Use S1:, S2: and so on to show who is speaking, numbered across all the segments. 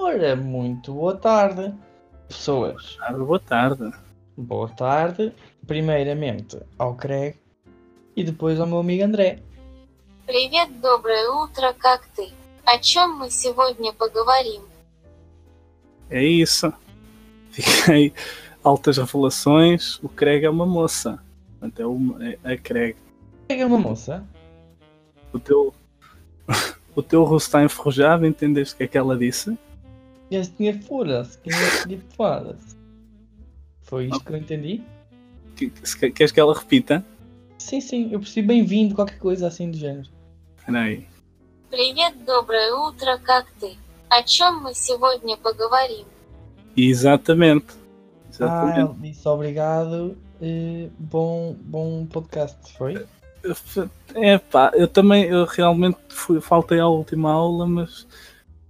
S1: Olha, muito boa tarde, pessoas.
S2: Tarde, boa tarde.
S1: Boa tarde, primeiramente ao Craig e depois ao meu amigo André.
S3: Привет, доброе утро, как ты? О чем мы сегодня поговорим?
S2: É isso. Fiquei altas revelações. O Craig é uma moça. Portanto, é, uma, é a Craig.
S1: Craig é uma moça?
S2: O teu. O teu rosto está enferrujado, entendeste o que é que ela disse?
S1: Já se tinha foda-se, que já se tinha foda-se. Foi isto que eu entendi?
S2: Que- que- se- Queres que ela repita?
S1: Sim, sim, eu percebi bem-vindo, qualquer coisa assim do género.
S2: Espera aí.
S3: Привет, доброе утро, как ты? О чем мы сегодня poговорим?
S2: Exatamente.
S1: Ah,
S2: Exatamente.
S1: ele disse obrigado, eh, bom, bom podcast, foi?
S2: É pá, eu também eu realmente fui, faltei à última aula, mas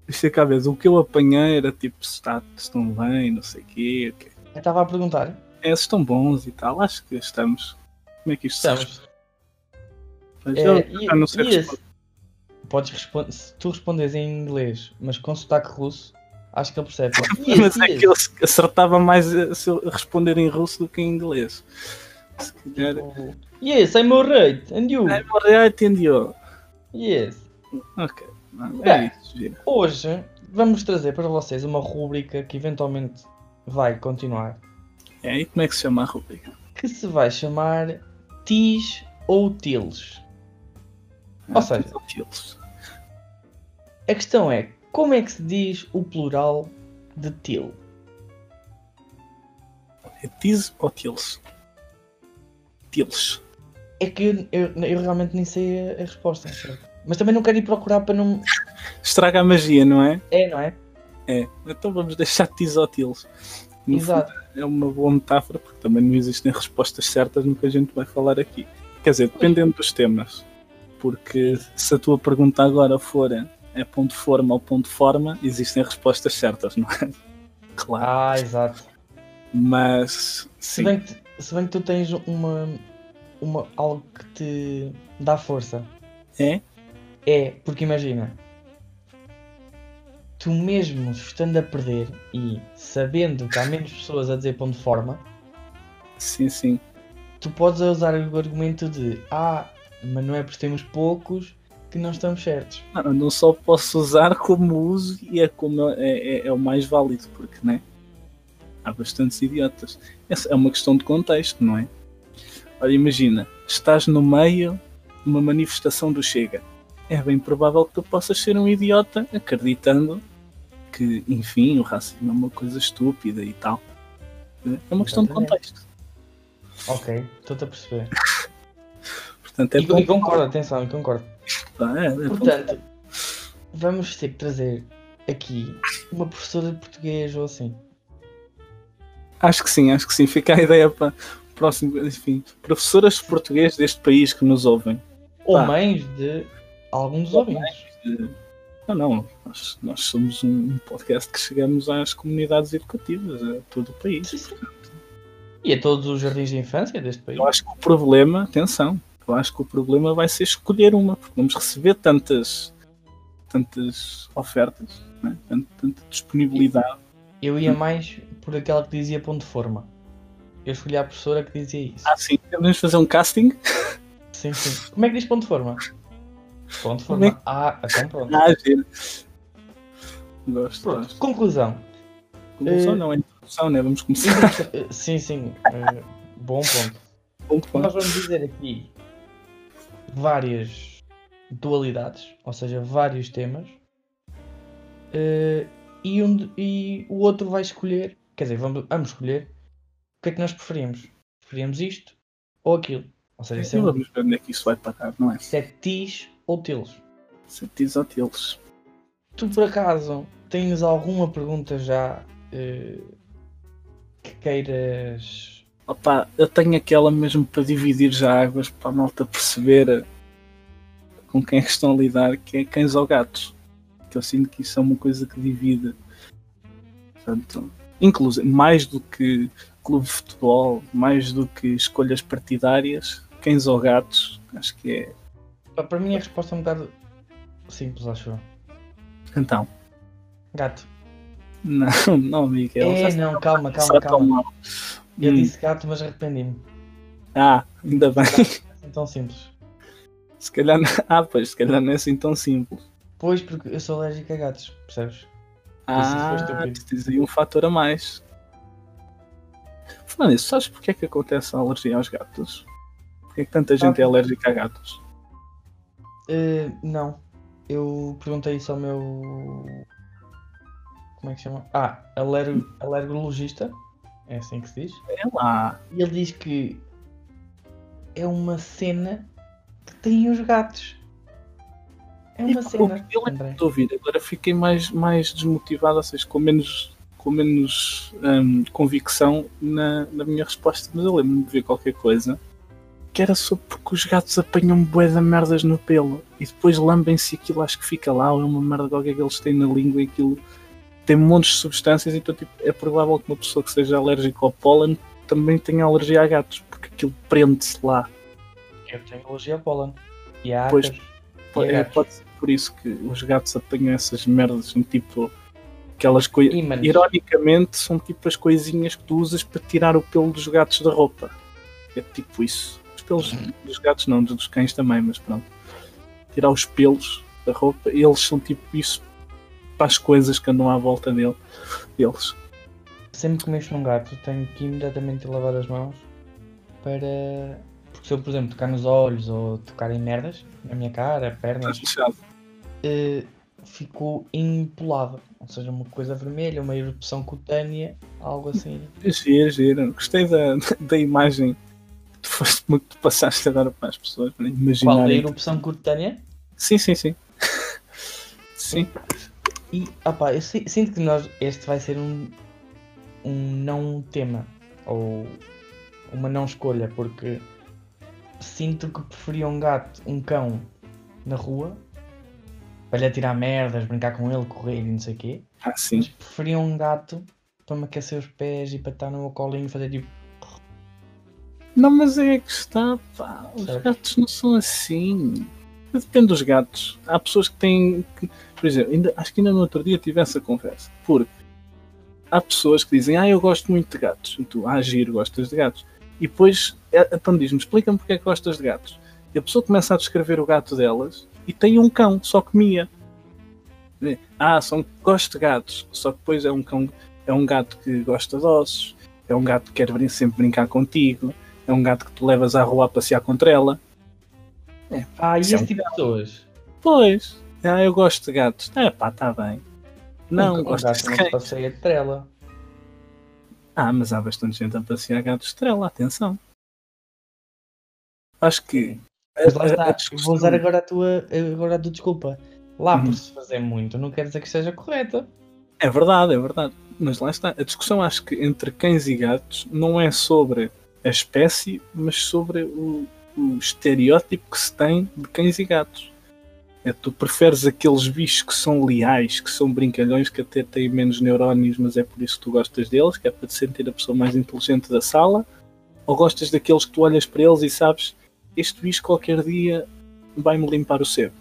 S2: isto é que, às vezes, o que eu apanhei era tipo status estão bem, não sei o quê. ok.
S1: Eu estava a perguntar.
S2: É, se estão bons e tal, acho que estamos. Como é que isto se
S1: Estamos.
S2: Mas
S1: É,
S2: eu
S1: e-
S2: já não sei
S1: e
S2: responder.
S1: esse- Podes responder, se tu respondes em inglês, mas com sotaque russo, acho que ele percebe. E esse,
S2: Mas é
S1: e esse?
S2: que eu acertava mais eh, se eu responder em russo do que em inglês. Se calhar.
S1: Tipo, Yes, I'm alright, and you?
S2: Ah, Maria entendeu.
S1: Yes.
S2: Ok. Não,
S1: Bem.
S2: é isso, gira.
S1: Hoje vamos trazer para vocês uma rúbrica que eventualmente vai continuar,
S2: É aí como é que se chama a rubrica?
S1: que se vai chamar Tis ou Tils. Ou seja-
S2: Ah, tilos.
S1: A questão é, como é que se diz o plural de til?
S2: É tis ou tilos? Tilos.
S1: É que eu, eu- eu realmente nem sei a, a resposta. sabe? Mas também não quero ir procurar para não...
S2: Estraga a magia, não é?
S1: É, não é?
S2: É. Então vamos deixar tis ou tilos. No
S1: Exato.
S2: fundo, É uma boa metáfora, porque também não existem respostas certas no que a gente vai falar aqui. Quer dizer, dependendo dos temas. Porque se a tua pergunta agora for é ponto forma ou ponto forma, existem respostas certas, não é? Claro.
S1: Ah, exato.
S2: Mas
S1: Se
S2: sim.
S1: bem, que, tu- se bem que tu tens uma, uma... algo que te dá força.
S2: É?
S1: É, porque imagina, tu mesmo estando a perder e sabendo que há menos pessoas a dizer ponto de forma,
S2: Sim, sim.
S1: tu podes usar o argumento de ah, mas não é porque temos poucos que não estamos certos.
S2: Não, não só posso usar como uso e é como é, é- é o mais válido, porque né? há bastantes idiotas. Essa é uma questão de contexto, não é? Olha, imagina, estás no meio de uma manifestação do Chega. É bem provável que tu possas ser um idiota acreditando que, enfim, o racismo é uma coisa estúpida e tal. É uma questão de
S1: Exatamente.
S2: contexto.
S1: Ok, estou-te a perceber.
S2: Portanto, é
S1: e,
S2: bom-
S1: e concordo, atenção, e concordo.
S2: é, é bom-
S1: Portanto, vamos ter que trazer aqui uma professora de português ou assim.
S2: Acho que sim, acho que sim. Fica a ideia para o próximo. Enfim, professoras de português deste país que nos ouvem.
S1: Ou
S2: Pá.
S1: mães de alguns ouvintes.
S2: Não, não. Nós, nós somos um um podcast que chegamos às comunidades educativas, a todo o país.
S1: Sim, sim. E a todos os jardins de infância deste país.
S2: Eu acho que o problema, atenção, eu acho que o problema vai ser escolher uma, porque vamos receber tantas, tantas ofertas, né? Tant- tanta disponibilidade.
S1: Eu ia mais por aquela que dizia ponto de forma. Eu escolhi a professora que dizia isso.
S2: Ah, sim, vamos fazer um casting.
S1: Sim, sim. Como é que diz ponto de forma? Ponto de
S2: Como é
S1: forma. Ah, então pronto.
S2: Ah, giro. Gosto.
S1: Pronto,
S2: gosto.
S1: conclusão.
S2: Conclusão
S1: Eh,
S2: não, é introdução, né? Vamos começar.
S1: Eh, sim, sim. eh, bom ponto.
S2: Bom ponto.
S1: Nós vamos dizer aqui várias dualidades, ou seja, vários temas. Eh, e, um, de- e o outro vai escolher, quer dizer, vamos, vamos escolher o que é que nós preferimos. Preferimos isto ou aquilo. Ou seja,
S2: Não
S1: sempre
S2: Vamos ver onde é que isso vai parar, não é?
S1: se é tis ou telos.
S2: Certis ou tilos.
S1: Tu por acaso tens alguma pergunta já eh, que queiras?
S2: Opa, eu tenho aquela mesmo para dividir já águas, para a malta perceber eh, com quem é que estão a lidar, que é cães ou gatos. Que eu sinto que isso é uma coisa que divide. Portanto, inclusive, mais do que clube de futebol, mais do que escolhas partidárias, cães ou gatos, acho que é.
S1: Pá, Para mim a resposta é um bocado simples, acho eu.
S2: Então,
S1: Gato.
S2: Não, não, um Miguel.
S1: É,
S2: já está-
S1: não, calma,
S2: já
S1: calma,
S2: está
S1: calma.
S2: mal.
S1: Eu
S2: Hum.
S1: disse gato, mas arrependi-me.
S2: Ah, ainda bem.
S1: É assim tão simples.
S2: Se calhar, não- ah, pois, se calhar não é assim tão simples.
S1: Pois, porque eu sou alérgico a gatos, percebes?
S2: Ah,
S1: foi estúpido.
S2: tens aí um fator a mais. Falando nisso, sabes porque é que acontece a alergia aos gatos? Porquê é que tanta gente é alérgica a gatos?
S1: Eh, não. Eu perguntei isso ao meu. Como é que chama? Ah, alergo... alergologista. É assim que se diz.
S2: É lá.
S1: E ele diz que é uma cena que têm os gatos. É uma
S2: E,
S1: cena.
S2: eu lembro
S1: André.
S2: de ouvir, agora fiquei mais, mais desmotivado, ou seja, com menos, com menos hum, convicção na, na minha resposta, mas eu lembro-me de ver qualquer coisa que era sobre porque os gatos apanham bué de merdas no pelo e depois lambem-se e aquilo acho que fica lá, ou é uma merda qualquer que eles têm na língua e aquilo tem montes de substâncias, então tipo, é provável que uma pessoa que seja alérgica ao pólen também tenha alergia a gatos, porque aquilo prende-se lá.
S1: Eu tenho alergia a pólen. E a
S2: é? Pois,
S1: ácaros.
S2: Po-
S1: E a
S2: é,
S1: gatos.
S2: pode ser por isso que os gatos apanham essas merdas, são tipo aquelas coisas.
S1: Ímãs.
S2: Ironicamente, são tipo as coisinhas que tu usas para tirar o pelo dos gatos da roupa. É tipo isso. Os pelos dos gatos não, dos cães também, mas pronto. Tirar os pelos da roupa, eles são tipo isso para as coisas que andam à volta dele, deles.
S1: Sempre que mexo num gato, tenho que imediatamente lavar as mãos para. Porque se eu, por exemplo, tocar nos olhos ou tocar em merdas, na minha cara, pernas,
S2: Tá Fechado.
S1: eh, ficou empolado. Ou seja, uma coisa vermelha, uma erupção cutânea, algo assim.
S2: Gira, gira. é Gostei da, da imagem que tu, foste, que tu passaste a dar para as pessoas, para
S1: Qual a
S2: imaginarem.
S1: erupção cutânea?
S2: Sim, sim, sim. sim.
S1: E, opá, eu si- sinto que nós, este vai ser um, um não tema, ou uma não escolha, porque sinto que preferia um gato, um cão, na rua, para lhe atirar merdas, brincar com ele, correr e não sei o quê,
S2: Ah, sim.
S1: mas preferia um gato para me aquecer os pés e para estar no meu colinho e fazer tipo,
S2: Não, mas é que está, pá. Os
S1: Certo.
S2: gatos não são assim. Depende dos gatos. Há pessoas que têm. que- por exemplo, ainda, acho que ainda no outro dia tive essa conversa. Porque há pessoas que dizem, ah, eu gosto muito de gatos. E tu, ah, giro, gostas de gatos. E depois, é- então diz-me, explica-me porque é que gostas de gatos. E a pessoa começa a descrever o gato delas e tem um cão, só que mia. Vê, Ah, são, gosto de gatos. Só que depois é um cão, é um gato que gosta de ossos. É um gato que quer brin- sempre brincar contigo. É um gato que tu levas à rua a passear contra ela.
S1: ah, e
S2: Isso é
S1: esse
S2: um
S1: tipo de pessoas?
S2: Pois. Ah, eu gosto de gatos. É pá, tá bem. Não,
S1: um, um gato
S2: gostas de
S1: não se
S2: cães.
S1: passeia de trela.
S2: Ah, mas há bastante gente a passear gatos estrela, atenção. Acho que.
S1: Mas lá
S2: a- a-
S1: está,
S2: a
S1: eu vou usar
S2: discussão-
S1: agora a tua, eh, agora a tua desculpa. Lá
S2: Uhum.
S1: por se fazer muito, não quer dizer que esteja correta.
S2: É verdade, é verdade. Mas lá está. A discussão acho que entre cães e gatos não é sobre a espécie, mas sobre o, o estereótipo que se tem de cães e gatos. É, tu preferes aqueles bichos que são leais, que são brincalhões, que até têm menos neurónios, mas é por isso que tu gostas deles, que é para te sentir a pessoa mais inteligente da sala? Ou gostas daqueles que tu olhas para eles e sabes, este bicho qualquer dia vai-me limpar o sebo?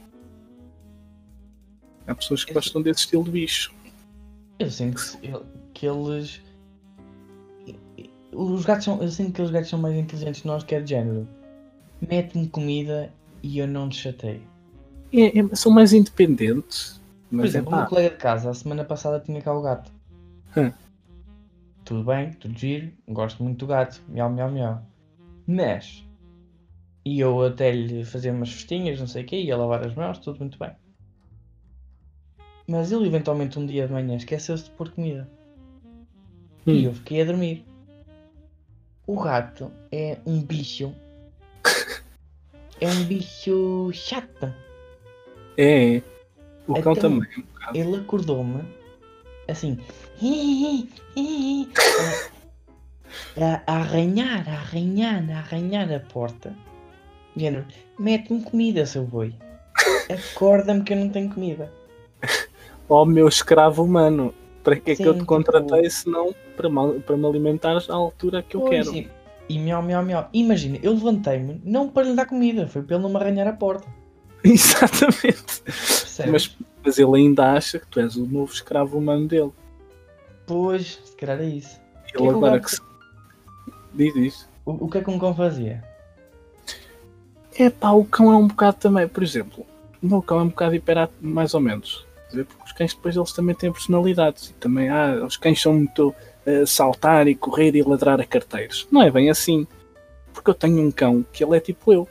S2: Há pessoas que gostam desse estilo de bicho.
S1: Eu sinto que, se- eu- que eles. Os gatos são. Eu sinto que os gatos são mais inteligentes que nós, que é de género. Mete-me comida e eu não te chateio.
S2: É, é- são mais independentes.
S1: Por
S2: Mas é
S1: exemplo, o
S2: pá,
S1: meu colega de casa, a semana passada tinha cá o gato.
S2: Hum.
S1: Tudo bem, tudo giro, gosto muito do gato, miau, miau, miau. Mas, e eu até lhe fazer umas festinhas, não sei o quê, ia lavar as mãos, tudo muito bem. Mas ele eventualmente um dia de manhã esqueceu-se de pôr comida. E
S2: hum,
S1: eu fiquei a dormir. O gato é um bicho. é um bicho chato.
S2: é, é. O
S1: Então-
S2: cão também.
S1: ele acordou-me assim a, a arranhar, a arranhar, a arranhar a porta. Género, mete-me comida, seu boi. Acorda-me que eu não tenho comida.
S2: Ó meu escravo humano, para que é que eu
S1: Sim, tipo,
S2: te contratei se não para, mal- para me alimentares à altura que eu
S1: Pois, é.
S2: quero?
S1: E, e miau, miau, miau. Imagina, eu levantei-me não para lhe dar comida, foi para ele não me arranhar a porta.
S2: Exatamente.
S1: Percebes?
S2: Mas, mas ele ainda acha que tu és o novo escravo humano dele.
S1: Pois, se calhar é isso. que
S2: Ele
S1: é que
S2: agora
S1: o
S2: que se... Diz isto.
S1: O, o que é que um cão fazia?
S2: É pá, o cão é um bocado também, por exemplo. O meu cão é um bocado hiperativo, mais ou menos. Quer dizer, Porque os cães depois eles também têm personalidades. E também, ah, os cães são muito eh, saltar e correr e ladrar a carteiros. Não é bem assim. Porque eu tenho um cão que ele é tipo eu.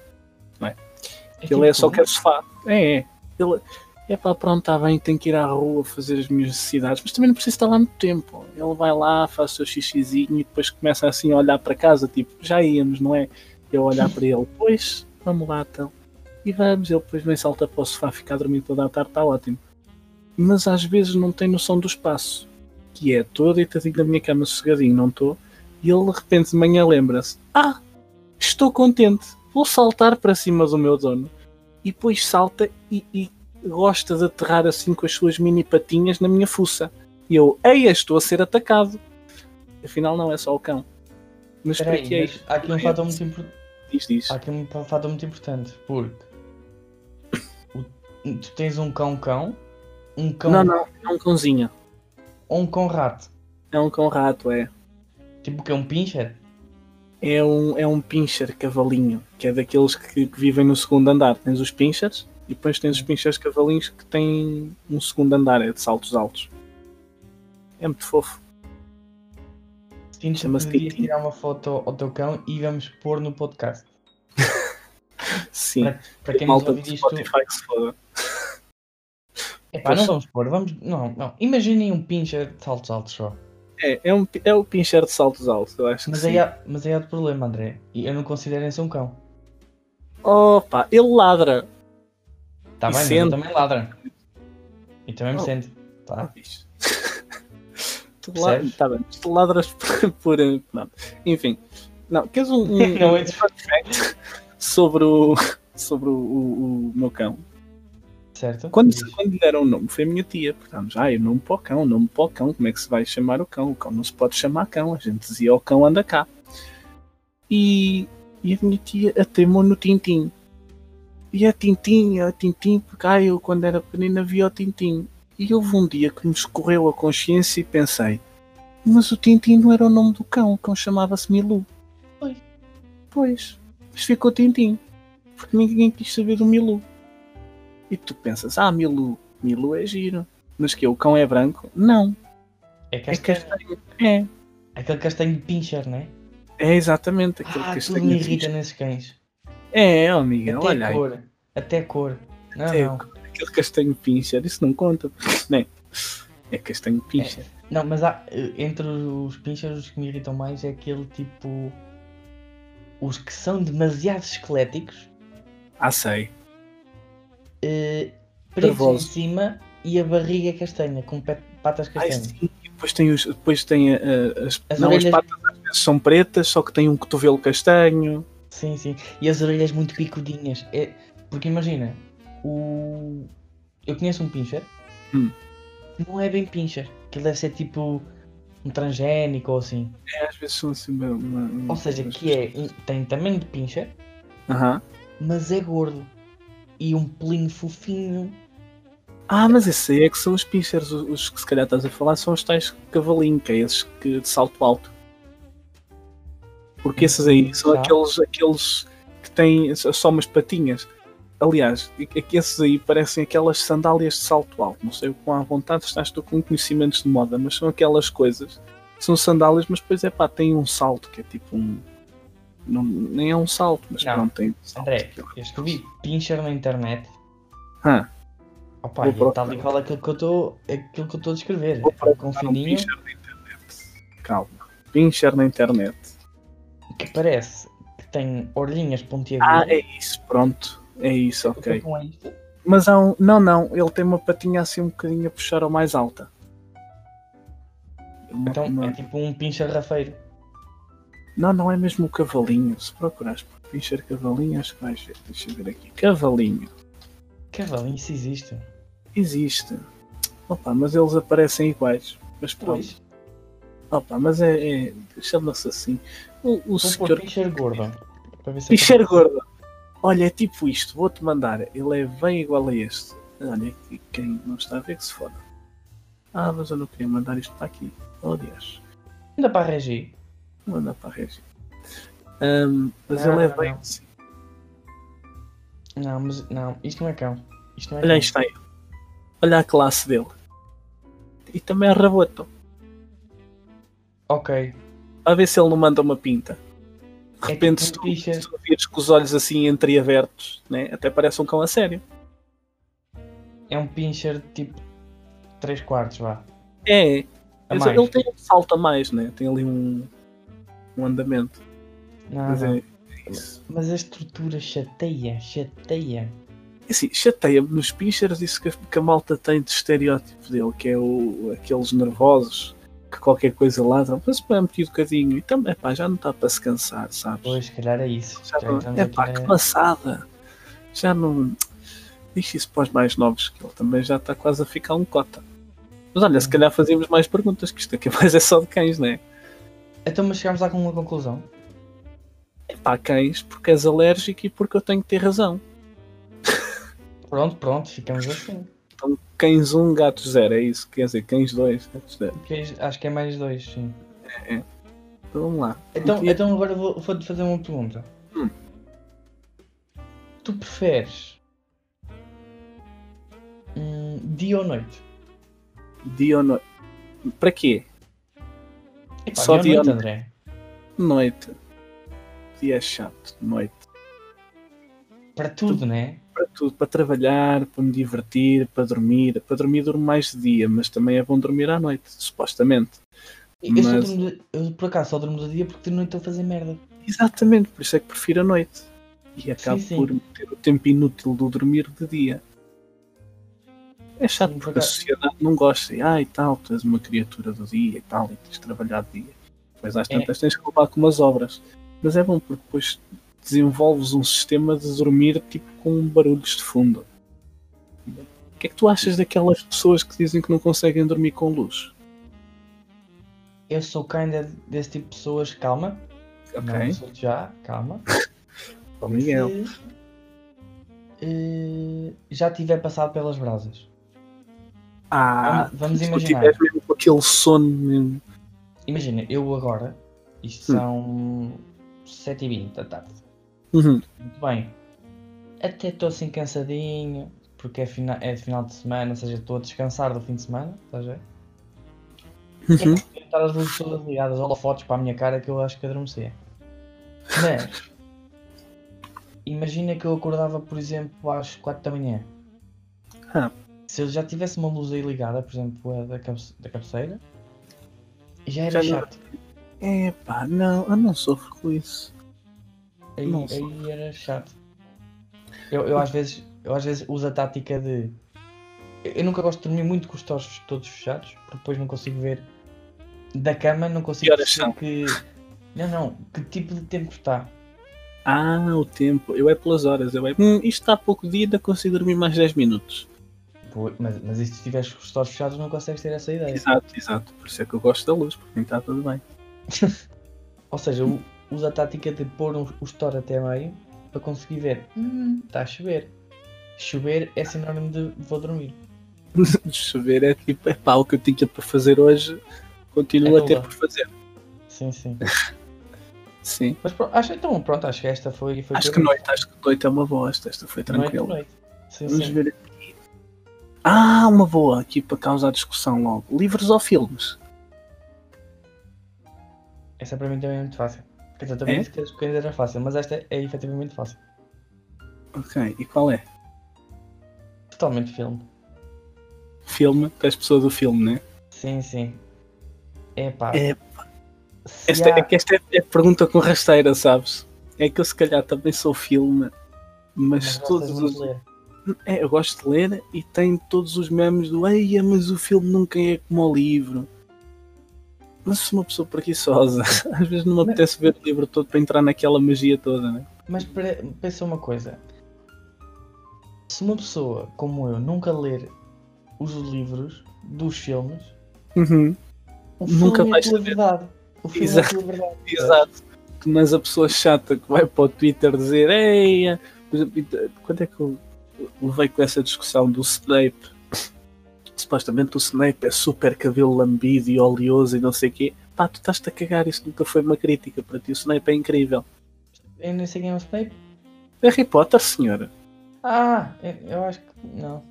S1: É
S2: Que ele é
S1: tipo
S2: só
S1: um-
S2: quer sofá. É, é. Ele é pá, pronto, está bem, tenho que ir à rua fazer as minhas necessidades, mas também não preciso estar lá muito tempo. Ele vai lá, faz o seu xixizinho e depois começa assim a olhar para casa, tipo, já íamos, não é? Eu olhar para ele, pois, vamos lá então. E vamos, ele depois vem salta para o sofá, fica a dormir toda a tarde, está ótimo. Mas às vezes não tem noção do espaço, que é, estou deitadinho na minha cama sossegadinho, não estou, e ele de repente de manhã lembra-se, ah, estou contente, vou saltar para cima do meu dono e depois salta e, e gosta de aterrar assim com as suas mini patinhas na minha fuça. E eu, ei, estou a ser atacado. Afinal, não é só o cão. Mas
S1: Espera
S2: para
S1: aí,
S2: que é
S1: mas
S2: isto?
S1: há aqui um fator muito importante.
S2: Diz, diz.
S1: Há aqui um pa- fator muito importante, porque o- tu tens um cão-cão, um cão
S2: Não, não, é um cãozinho.
S1: ou um cão-rato.
S2: É um cão-rato, é.
S1: Tipo que é um pincher?
S2: É um, é um pincher cavalinho, que é daqueles que, que vivem no segundo andar. Tens os pinchers e depois tens os pinchers cavalinhos que têm um segundo andar, é de saltos altos. É muito fofo.
S1: Sinto que
S2: Chama-se
S1: devias
S2: Titim.
S1: tirar uma foto ao teu cão e vamos pôr no podcast.
S2: Sim.
S1: Para quem nos
S2: Malta
S1: ouvir
S2: do
S1: isto,
S2: Spotify que se foda.
S1: epá, não vamos pôr, vamos. Não, não. Imaginem um pincher de saltos altos só.
S2: É, é, um, pi- é o pincher de saltos altos, eu acho
S1: Mas
S2: que
S1: aí,
S2: sim.
S1: há, mas aí há outro problema, André. E eu não considero esse um cão.
S2: Opa, ele ladra.
S1: Tá bem,
S2: E
S1: mas
S2: sente.
S1: ele também ladra. E também me
S2: Oh.
S1: sente. Tá?
S2: bicho. tu la-
S1: Percebes?
S2: tá bem, mas tu ladras por... por eh, pronto. Enfim. Não, queres um, um,
S1: Não, é
S2: um
S1: esse-
S2: fun fact sobre o, sobre o, o- o meu cão?
S1: Certo?
S2: Quando,
S1: Diz.
S2: quando lhe deram o nome, foi a minha tia. Portanto, ah, eu nome para o cão, nome para o cão, como é que se vai chamar o cão? O cão não se pode chamar cão, a gente dizia o cão anda cá. E, e a minha tia ateimou no Tintim. E a Tintim, a Tintim, porque ah, eu quando era pequenina via o Tintim. E houve um dia que me escorreu a consciência e pensei, mas o Tintim não era o nome do cão, o cão chamava-se Milu.
S1: Oi.
S2: Pois, mas ficou Tintim. Porque ninguém quis saber do Milu. E tu pensas, ah, Milu, Milu é giro. Mas que o cão é branco? Não,
S1: É
S2: é
S1: castanho.
S2: castanho. É,
S1: Aquele castanho de pincher, não é?
S2: é exatamente aquele
S1: Ah, tudo
S2: castanho.
S1: me
S2: triste.
S1: irrita nesses cães.
S2: É, ó, amiga,
S1: Até
S2: olha
S1: a
S2: aí.
S1: cor. Até a cor. Não,
S2: Até a
S1: não.
S2: Aquele castanho pincher, isso não conta, né? É castanho pincher.
S1: Não, mas há, eh, entre os pinchers, os que me irritam mais é aquele tipo. Os que são demasiado esqueléticos,
S2: Ah, sei.
S1: eh, pretos em
S2: Nervosos.
S1: cima e a barriga castanha, com pe- patas
S2: Ah,
S1: castanhas.
S2: sim. E depois tem, os, depois tem a- a- as,
S1: As
S2: não,
S1: orelhas-
S2: as patas às vezes são pretas, só que tem um cotovelo castanho.
S1: Sim, sim. E as orelhas muito picudinhas. É... Porque imagina, o. Eu conheço um pincher.
S2: Hum.
S1: que Não é bem pincher. Que deve ser tipo um transgénico ou assim.
S2: É, às vezes são assim uma. uma- uma- assim.
S1: Ou seja, que é. Tem tamanho de pincher,
S2: Aham.
S1: mas é gordo. E um pelinho fofinho.
S2: Ah, mas esse aí é que são os pinchers, os, os que se calhar estás a falar, são os tais cavalinho, que é esses que, de salto alto. Porque esses aí são
S1: Tá.
S2: aqueles, aqueles que têm só só umas patinhas. Aliás, é que- é que esses aí parecem aquelas sandálias de salto alto. Não sei o quão à vontade estás tu com conhecimentos de moda, mas são aquelas coisas. São sandálias, mas depois é pá, tem um salto que é tipo um. não- nem é um salto, mas
S1: Não.
S2: pronto, tem um salto.
S1: André, eu escrevi pincher na internet.
S2: Ah.
S1: Opa,
S2: Vou
S1: e é
S2: procurar.
S1: tal e qual aquilo que eu estou. aquilo que eu estou a descrever.
S2: Vou
S1: É com um
S2: Há um
S1: fininho
S2: pincher na internet. Calma. Pincher na internet.
S1: que parece que tem orelhinhas pontiagudas.
S2: Ah, é isso, pronto. É isso,
S1: O que é
S2: ok.
S1: que não é isto?
S2: Mas há um. Não, não, ele tem uma patinha assim um bocadinho a puxar ao mais alta. Uma-
S1: Então
S2: uma-
S1: é tipo um pincher rafeiro.
S2: Não, não é mesmo o cavalinho. Se procurares por pincher cavalinho, acho que vais ver. Deixa eu ver aqui. Cavalinho.
S1: Cavalinho, isso existe.
S2: Existe. Opa, mas eles aparecem iguais. Mas pronto.
S1: Pois.
S2: Opa, mas é. é... Chama-se assim. O,
S1: Vou pôr
S2: o senhor.
S1: pincher gordo. Para ver se
S2: Pincher gordo. Olha, é tipo isto. Vou-te mandar. Ele é bem igual a este. Olha, e quem não está a ver que se foda. Ah, mas eu não queria mandar isto para aqui. Oh, Deus.
S1: Anda para a Regi.
S2: Vou andar para a Regi. Ahm, mas
S1: Não,
S2: ele é
S1: não,
S2: bem.
S1: Ah, não. Não, mas não, isto não é cão. Isto não é
S2: Olha
S1: cão.
S2: isto aí. Olha a classe dele. E também é raboto.
S1: Ok.
S2: A ver se ele não manda uma pinta. De
S1: É tipo um
S2: repente, se, tu,
S1: picha.
S2: se tu vires com os olhos assim entreabertos, né? até parece um cão a sério.
S1: É um pincher de tipo 3 quartos, vá.
S2: É,
S1: A
S2: mas
S1: mais.
S2: ele tem um salto a mais, né? tem ali um, um andamento.
S1: Não,
S2: Mas
S1: não.
S2: é, é isso.
S1: Mas a estrutura chateia, chateia.
S2: Assim, chateia-me nos pinchers isso que, a- que a malta tem de estereótipo dele, que é o, aqueles nervosos que qualquer coisa ladram, mas pá, é muito educadinho. E também, pá, já não está para se cansar, sabes?
S1: Pois, se calhar é isso.
S2: Já
S1: Já
S2: não-
S1: entramos
S2: é
S1: aqui
S2: pá,
S1: na-
S2: que passada! Já não. Diz isso para os mais novos, que ele também já está quase a ficar um cota. Mas olha, se calhar fazíamos mais perguntas, que isto aqui mais é só de cães, não é?
S1: Então, mas chegámos lá com uma conclusão.
S2: É pá, cães, porque és alérgico e porque eu tenho que ter razão.
S1: Pronto, pronto, ficamos assim.
S2: Cães 1, gatos 0, é isso? Quer dizer, cães 2, gatos 0.
S1: Porque é- acho que é mais dois, sim.
S2: Então vamos lá.
S1: Então,
S2: E-
S1: então agora vou- vou-te fazer uma pergunta.
S2: Hum.
S1: Tu preferes hum, dia ou noite?
S2: Dia ou noite? Para quê?
S1: Epá,
S2: Só dia
S1: ou
S2: ou
S1: noite, André.
S2: Noite. Dia é chato, noite.
S1: Para tudo, né?
S2: Para tudo, para trabalhar, para me divertir, para dormir. Para dormir, durmo mais de dia, mas também é bom dormir à noite, supostamente.
S1: Eu, só
S2: Mas-
S1: durmo de- eu, por acaso só durmo de dia porque de noite estou a fazer merda.
S2: Exatamente, por isso é que prefiro a noite. E acabo
S1: sim.
S2: por ter o tempo inútil do dormir de dia. É chato
S1: Sim, por
S2: porque a
S1: acaso.
S2: sociedade não gosta. E, ah, e tal, tu és uma criatura do dia e tal, e tens de trabalhar de dia. Depois às
S1: É.
S2: tantas tens que levar com umas obras. Mas é bom porque depois desenvolves um sistema de dormir tipo com barulhos de fundo. O que é que tu achas daquelas pessoas que dizem que não conseguem dormir com luz?
S1: Eu sou kinda desse tipo de pessoas, calma. Não
S2: Ok,
S1: sou já, calma.
S2: Ó Miguel.
S1: Se, eh, já tiver passado pelas brasas.
S2: Ah,
S1: Vamos
S2: se tu
S1: imaginar.
S2: tiveres mesmo com aquele sono mesmo.
S1: Imagina, eu agora, isto
S2: Hum.
S1: são 7h20 da tarde.
S2: Uhum.
S1: Muito bem. Até estou assim cansadinho, porque é, fina, é de final de semana, ou seja, estou a descansar do fim de semana, estás a ver?
S2: Uhum.
S1: Tenho estar Tá as luzes todas ligadas, holofotes para a minha cara que eu acho que adormecia. Mas, imagina que eu acordava, por exemplo, às 4 da manhã.
S2: Ah.
S1: Se eu já tivesse uma luz aí ligada, por exemplo, a da, cabe- da cabeceira, já era
S2: Já não-
S1: chato.
S2: É pá, não, eu não sofro com isso.
S1: Aí,
S2: Não sei.
S1: aí era chato. Eu, eu, às vezes, eu às vezes uso a tática de. Eu, eu nunca gosto de dormir muito com os tostos todos fechados, porque depois não consigo ver. Da cama não consigo
S2: Que horas
S1: perceber
S2: são?
S1: que. Não, não, que tipo de tempo está.
S2: Ah, o tempo. Eu é pelas horas. Eu é. Hum, isto está pouco dia, ainda consigo dormir mais 10 minutos.
S1: Pô, Mas, mas e se tiveres com os tostos fechados não consegues ter essa ideia.
S2: Exato, exato. Por isso é que eu gosto da luz, porque está tudo bem.
S1: Ou seja, eu uso a tática de pôr um- o store até meio para conseguir ver. Hum, está a chover. Chover é sinónimo de vou dormir.
S2: De chover é tipo, é pá, o que eu tinha para fazer hoje, continuo
S1: É
S2: a ter
S1: não dá.
S2: por fazer.
S1: Sim, sim.
S2: Sim.
S1: Mas pronto, acho, então pronto, acho que esta foi. foi
S2: Acho
S1: por
S2: que
S1: hoje.
S2: noite, acho que noite é uma boa. Esta, esta foi tranquila.
S1: Noite, noite. Sim,
S2: Vamos
S1: sim.
S2: ver aqui. Ah, uma boa aqui para causar discussão logo. Livros ou filmes?
S1: Essa para mim também é muito fácil. Quer dizer, eu também
S2: É?
S1: disse que as coisas eram fácil, mas esta é efetivamente fácil.
S2: Ok, e qual é?
S1: Totalmente filme.
S2: Filme, tu és pessoa do filme, né?
S1: Sim, sim. É pá.
S2: É,
S1: se
S2: Esta,
S1: há-
S2: é que esta é, é pergunta com rasteira, sabes? É que eu se calhar também sou filme,
S1: mas
S2: mas,
S1: gostas
S2: todos
S1: muito de
S2: os.
S1: ler.
S2: É, eu gosto de ler e tem todos os memes do Eia, mas o filme nunca é como o livro. Mas sou uma pessoa preguiçosa. Às vezes não me apetece ver o livro todo para entrar naquela magia toda, né?
S1: Mas para- pensa uma coisa. Se uma pessoa como eu nunca ler os livros dos filmes, Uhum. o filme
S2: Nunca
S1: é a
S2: vais
S1: tua
S2: saber.
S1: verdade. O filme
S2: Exato.
S1: é a tua verdade.
S2: Exato. Tu não és a pessoa chata que vai para o Twitter dizer eh, Eia. Por exemplo, Quando é que eu levei com essa discussão do Snape? supostamente o Snape é super cabelo lambido e oleoso e não sei o quê. Pá, tu estás-te a cagar, isso nunca foi uma crítica para ti. O Snape é incrível.
S1: Eu nem sei quem é o Snape.
S2: Harry Potter, senhora.
S1: Ah, eu, eu acho que. Não.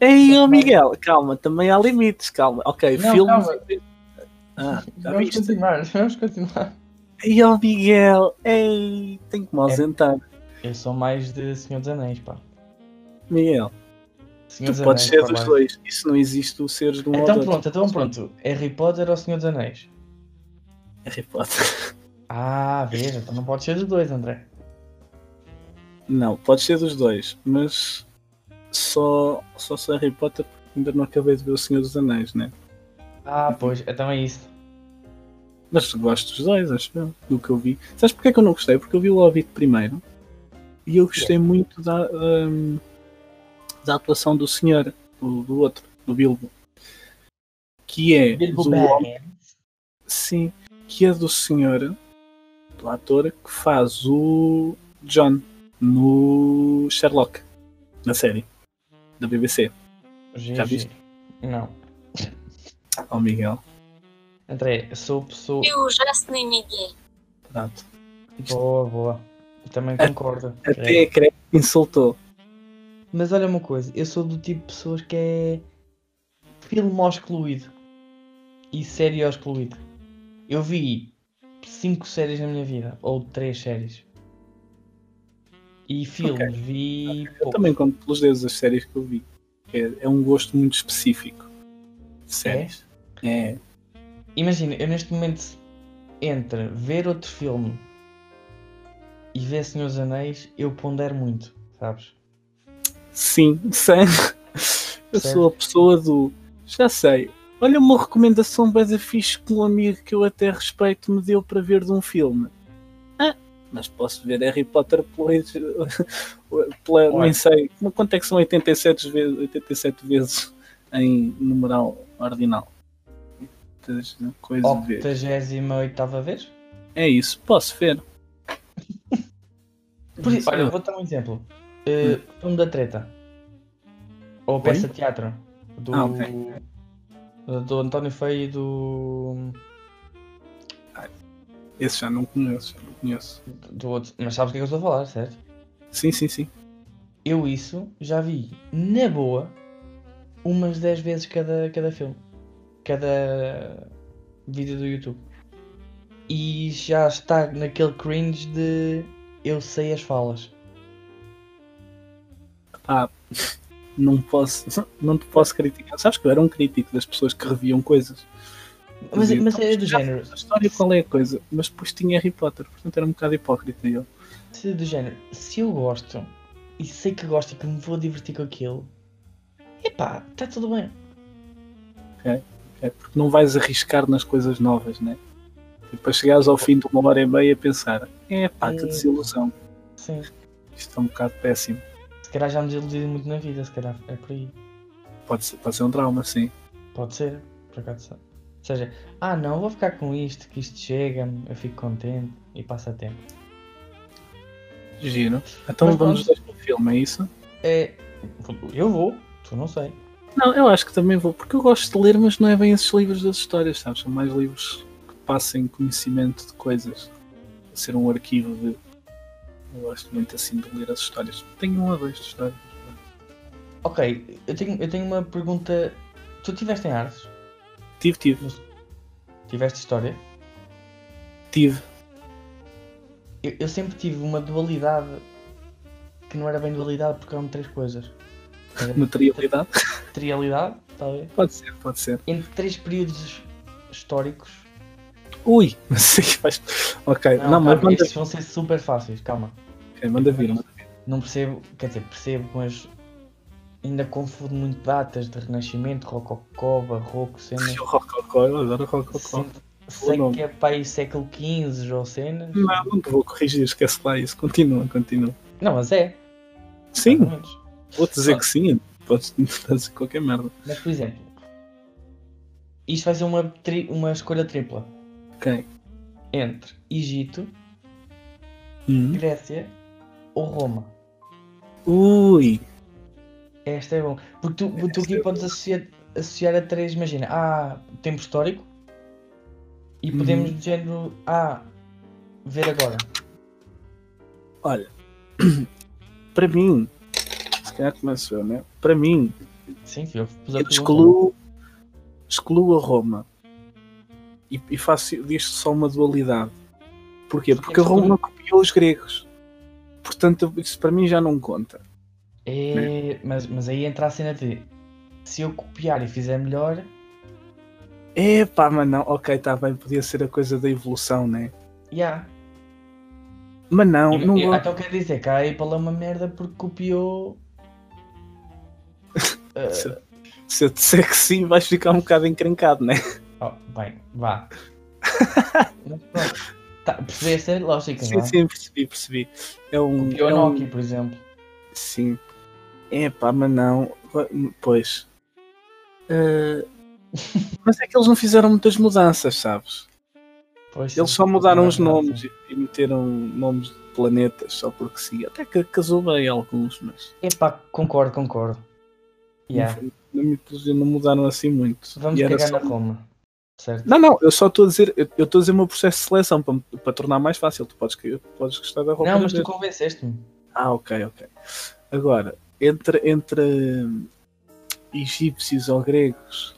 S2: Ei, ô Miguel, calma, também há limites, calma. Ok,
S1: Não,
S2: filme.
S1: calma.
S2: Ah, É já
S1: vamos
S2: viste?
S1: continuar, vamos continuar.
S2: Ei, ô Miguel, ei, tenho que me ausentar.
S1: Eu sou mais de Senhor dos Anéis, pá.
S2: Miguel,
S1: Senhor
S2: tu
S1: dos
S2: podes
S1: Anéis, pá,
S2: ser dos
S1: vai.
S2: dois. Isso não existe o seres de um ou
S1: Então
S2: do
S1: pronto,
S2: outro.
S1: então pronto. Harry Potter ou Senhor dos Anéis?
S2: Harry Potter.
S1: Ah, veja, então não pode ser dos dois, André.
S2: Não, pode ser dos dois, mas só, só sou Harry Potter porque ainda não acabei de ver o Senhor dos Anéis, né?
S1: Ah, pois, então é isso.
S2: Mas gosto dos dois, acho eu, do que eu vi. Sabes porque é que eu não gostei? Porque eu vi o Hobbit primeiro e eu gostei muito da, hum, da atuação do senhor, do, do outro, do Bilbo. Que é
S1: Bilbo
S2: do homem,
S1: Baggins.
S2: sim, que é do senhor, do ator que faz o John no Sherlock, na série, da BBC. Já
S1: GG.
S2: viste?
S1: Não.
S2: Oh Miguel,
S1: André, eu sou pessoa.
S3: Ты ужасный Мигель.
S2: pronto.
S1: Boa, boa. Eu também concordo.
S2: Até
S1: É.
S2: a Creu insultou.
S1: Mas olha uma coisa, eu sou do tipo de pessoas que é filme ao excluído e série ao excluído. Eu vi cinco séries na minha vida, ou três séries. E filmes, vi.
S2: Eu
S1: pouco.
S2: também conto pelos dedos as séries que eu vi. É, é um gosto muito específico. de Séries. É.
S1: Imagina, eu neste momento entre ver outro filme e ver Senhor dos Anéis, eu pondero muito, sabes?
S2: Sim, sim. Eu sou a pessoa do. Já sei. Olha uma recomendação bem da fixe que um amigo que eu até respeito me deu para ver de um filme. Ah, mas posso ver Harry Potter pelas. pela,
S1: Olha.
S2: nem sei. Quanto é que são 87 vezes, 87 vezes em numeral ordinal? Muitas Coisa
S1: Oh,
S2: de ver.
S1: 88 vez?
S2: É isso, posso ver.
S1: Por isso, olha, vou dar um exemplo. Uh, Filme da treta. Ou peça de teatro. Do,
S2: Ah, ok.
S1: do António Feio e do.
S2: Esse já não conheço, já não conheço.
S1: do outro. Mas sabes o que é que eu estou a falar, certo?
S2: Sim, sim, sim.
S1: Eu isso já vi na boa umas 10 vezes cada, cada filme. Cada vídeo do YouTube. E já está naquele cringe de eu sei as falas.
S2: Pá, não posso, não te posso criticar. Sabes que eu era um crítico das pessoas que reviam coisas.
S1: Mas,
S2: Dizia,
S1: mas
S2: "Então,
S1: é do
S2: já
S1: género.
S2: A história qual é a coisa? Mas depois tinha Harry Potter, portanto era um bocado hipócrita eu.
S1: Se, do género, se eu gosto e sei que gosto e que me vou divertir com aquilo, epá, está tudo bem.
S2: É porque não vais arriscar nas coisas novas, né? E depois chegares ao fim de uma hora e meia a pensar, é pá, que
S1: É.
S2: desilusão.
S1: Sim.
S2: Isto é um bocado péssimo.
S1: Se calhar já me desiludi muito na vida, se calhar é por aí.
S2: Pode ser, pode ser um trauma, sim.
S1: Pode ser, por acaso. sabe. Ou seja, ah não, vou ficar com isto, que isto chega-me, eu fico contente e passa tempo.
S2: Giro. Então
S1: Mas
S2: vamos
S1: pronto.
S2: os dois para o filme, é isso?
S1: É, eu vou, tu não sei.
S2: Não, eu acho que também vou, porque eu gosto de ler, mas não é bem esses livros das histórias, sabes? São mais livros que passem conhecimento de coisas. Ser um arquivo de. Eu gosto muito assim de ler as histórias. Tenho um ou dois de histórias.
S1: Ok, eu tenho, eu tenho uma pergunta. Tu tiveste em artes?
S2: Tive, tive,
S1: Tiveste história?
S2: tive.
S1: Eu, eu sempre tive uma dualidade que não era bem dualidade porque eram três coisas. Era
S2: Materialidade?
S1: trialidade, talvez,
S2: Pode ser, pode ser.
S1: tá entre três períodos históricos.
S2: Ui, não sei que faz. Ok, não, tá
S1: calma,
S2: mas manda,
S1: estes vão ser super fáceis, calma.
S2: ok, manda vir. manda vir.
S1: Não percebo, quer dizer, percebo, mas ainda confundo muito datas de Renascimento, Rococó, Barroco, cenas.
S2: O Rococó, eu adoro o Rococó.
S1: Sei, sei
S2: nome.
S1: que é para aí século XV ou cenas.
S2: Não, não te vou corrigir, esquece lá isso. Continua, continua.
S1: Não, mas é.
S2: Sim,
S1: mais ou menos.
S2: vou dizer que sim. Podes dizer qualquer merda.
S1: Mas, por exemplo, isto vai ser uma, tri- uma escolha tripla
S2: Ok.
S1: entre Egito,
S2: Hum.
S1: Grécia ou Roma.
S2: Ui.
S1: Esta é bom. Porque tu, tu
S2: Esta
S1: aqui
S2: é
S1: podes associar associar a três, imagina, há tempo histórico e podemos
S2: Uhum.
S1: do género ah, ver agora.
S2: Olha, para mim, se calhar começo eu, né? Para mim,
S1: Sim, eu pus a
S2: eu
S1: pergunta.
S2: excluo, excluo a Roma e, e faço disto só uma dualidade. Porquê? Porque a Roma não copiou os gregos. Portanto, isso para mim já não conta.
S1: É, mas, mas aí entra a cena de se eu copiar e fizer melhor,
S2: Epá, mas não, ok, está bem, podia ser a coisa da evolução, né?
S1: já.
S2: Mas não,
S1: Eu-
S2: não
S1: eu-
S2: gosto.
S1: Então quer dizer que a Apple é uma merda porque copiou.
S2: Se,
S1: Ah,
S2: se eu disser que sim, vais ficar um bocado encrencado, né?
S1: oh, bem, vá. Mas pronto. Tá, percebeste a lógica,
S2: Sim,
S1: não é?
S2: sim, percebi, percebi. É um.
S1: Copiou
S2: é
S1: a
S2: um-
S1: Nokia, por exemplo.
S2: Sim. Epá, mas não. Pois.
S1: Eh,
S2: Ah, mas é que eles não fizeram muitas mudanças, sabes?
S1: Pois
S2: Eles
S1: sim.
S2: só mudaram
S1: Não é
S2: os
S1: verdade,
S2: nomes
S1: sim.
S2: e meteram nomes de planetas, só porque sim. Até que casou bem alguns, mas.
S1: Epá, concordo, concordo. Yeah.
S2: Na mitologia não mudaram assim muito.
S1: Vamos
S2: E era
S1: cagar
S2: só-
S1: na Roma. Certo?
S2: Não, não, eu só estou a dizer, eu eu estou a dizer o meu processo de seleção para, para tornar mais fácil. Tu podes, que- podes gostar da roupa.
S1: Não, mas
S2: dele.
S1: tu convenceste-me.
S2: Ah, ok, ok. Agora, entre, entre hum, egípcios ou gregos,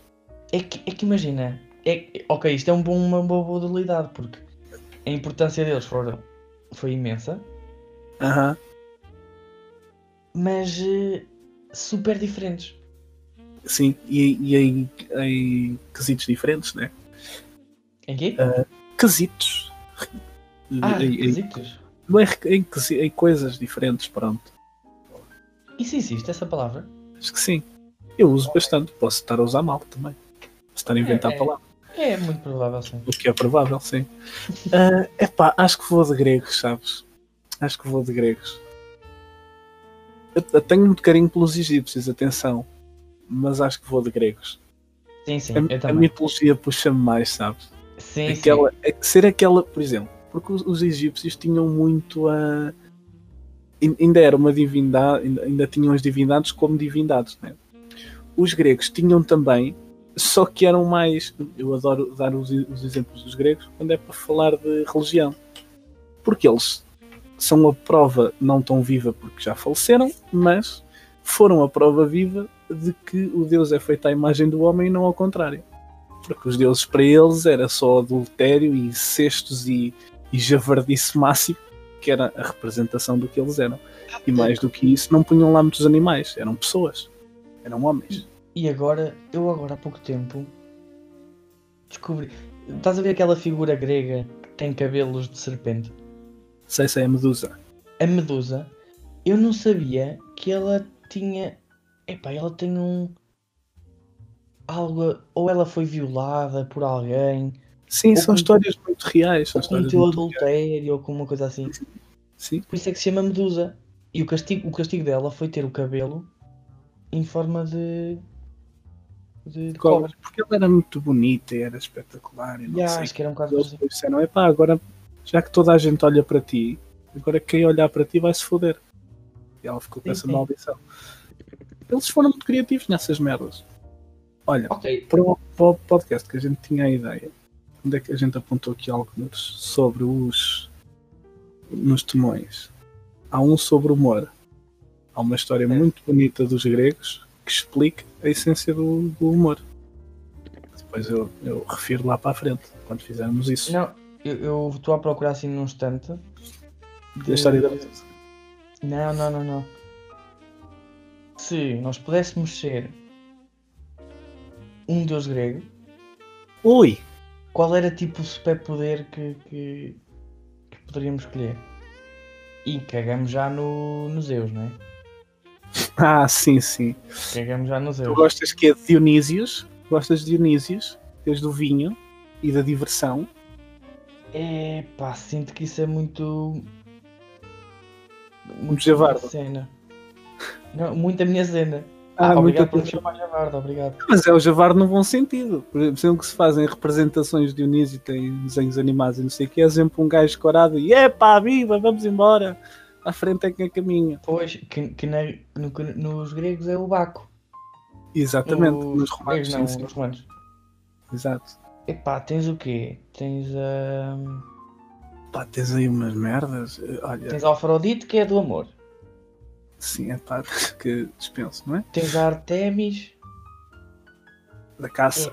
S1: É que, é que imagina. É, que- ok, isto é um bom, uma boa boa dualidade, porque a importância deles foram, foi imensa,
S2: aham,
S1: mas eh, super diferentes.
S2: sim, e, e em, em quesitos diferentes, né?
S1: Em É quê?
S2: Ah, Quesitos.
S1: ah,
S2: Em- em-
S1: requisitos.
S2: não é em, quesi- em coisas diferentes, pronto.
S1: Isso existe, essa palavra?
S2: Acho que sim. Eu uso bastante, posso estar a usar mal também. Posso estar a inventar
S1: é.
S2: palavras,
S1: É muito provável, sim.
S2: o que é provável, sim. Ah, epá, acho que vou de gregos, sabes? Acho que vou de gregos. Eu, eu tenho muito carinho pelos egípcios, atenção. Mas acho que vou de gregos.
S1: Sim, sim, eu
S2: A, a
S1: também.
S2: mitologia puxa-me mais, sabes?
S1: Sim,
S2: Aquela- é- ser aquela, por exemplo, porque os, os egípcios tinham muito a. ain- Ainda era uma divindade, ainda, ainda tinham as divindades como divindades, né? Os gregos tinham também, só que eram mais. Eu adoro dar os, e- os exemplos dos gregos quando é para falar de religião, porque eles são a prova não tão viva porque já faleceram, mas foram a prova viva de que o Deus é feito à imagem do homem e não ao contrário porque os deuses para eles era só adultério e incestos e, e javardice máximo, que era a representação do que eles eram. E mais do que isso, não punham lá muitos animais, eram pessoas, eram homens.
S1: E agora, eu agora há pouco tempo descobri. Estás a ver aquela figura grega que tem cabelos de serpente?
S2: Sei se é a Medusa.
S1: A Medusa. Eu não sabia que ela tinha. Epá, ela tem um. Algo. Ou ela foi violada por alguém,
S2: Sim,
S1: Ou
S2: são
S1: com-
S2: histórias muito reais. São
S1: ou
S2: histórias
S1: cometeu
S2: muito...
S1: adultério, ou com uma coisa assim.
S2: Sim,
S1: Por isso é que se chama Medusa. E o castigo, o castigo dela foi ter o cabelo em forma de. de, de cobra.
S2: cobras. Porque ela era muito bonita e era espetacular. E não
S1: Ya,
S2: sei.
S1: acho que era um bocado
S2: Eles
S1: assim.
S2: depois disseram: epá, agora já que toda a gente olha para ti, agora quem olhar para ti vai se foder. E ela ficou com
S1: Sim,
S2: essa
S1: sim.
S2: maldição. Eles foram muito criativos nessas merdas. Olha,
S1: Ok,
S2: para o, para o podcast que a gente tinha a ideia, onde é que a gente apontou aqui alguns sobre os. nos temões. Há um sobre o humor. Há uma história
S1: Certo.
S2: muito bonita dos gregos que explica a essência do, do humor. Depois eu, eu refiro lá para a frente, quando fizermos isso.
S1: não, eu- eu estou a procurar assim num instante.
S2: Da história da Medusa.
S1: Não, não, não, não. Se nós pudéssemos ser um deus grego,
S2: Ui!
S1: qual era tipo o superpoder que, que, que poderíamos escolher? E cagamos já no, no Zeus, não é?
S2: Ah, sim, sim.
S1: Cagamos já no
S2: Tu
S1: Zeus.
S2: gostas que é de Dionísios? Gostas de Dionísios? Tens do vinho e da diversão?
S1: É pá, sinto que isso é muito. Muito
S2: javardo.
S1: minha cena. Não, muito a minha cena.
S2: Ah,
S1: obrigado
S2: muita
S1: por me
S2: coisa.
S1: chamar Javardo, obrigado.
S2: Mas é o Javar no bom sentido. Por exemplo, sempre que se fazem representações de Dionísio, tem desenhos animados e não sei o que, é sempre um gajo corado e epá, viva, vamos embora. À frente é que é caminho.
S1: Pois, que, que na- no- nos gregos é o Baco.
S2: Exatamente,
S1: Os
S2: nos romanos.
S1: gregos
S2: sim,
S1: não,
S2: sim.
S1: os romanos.
S2: Exato.
S1: Epá, tens o quê? Tens ah, a.
S2: Pá, tens aí umas merdas. eh, Olha,
S1: Tens a Afrodite, que é do amor.
S2: sim, é pá, que dispenso, não é?
S1: Tens a Artemis,
S2: Da caça.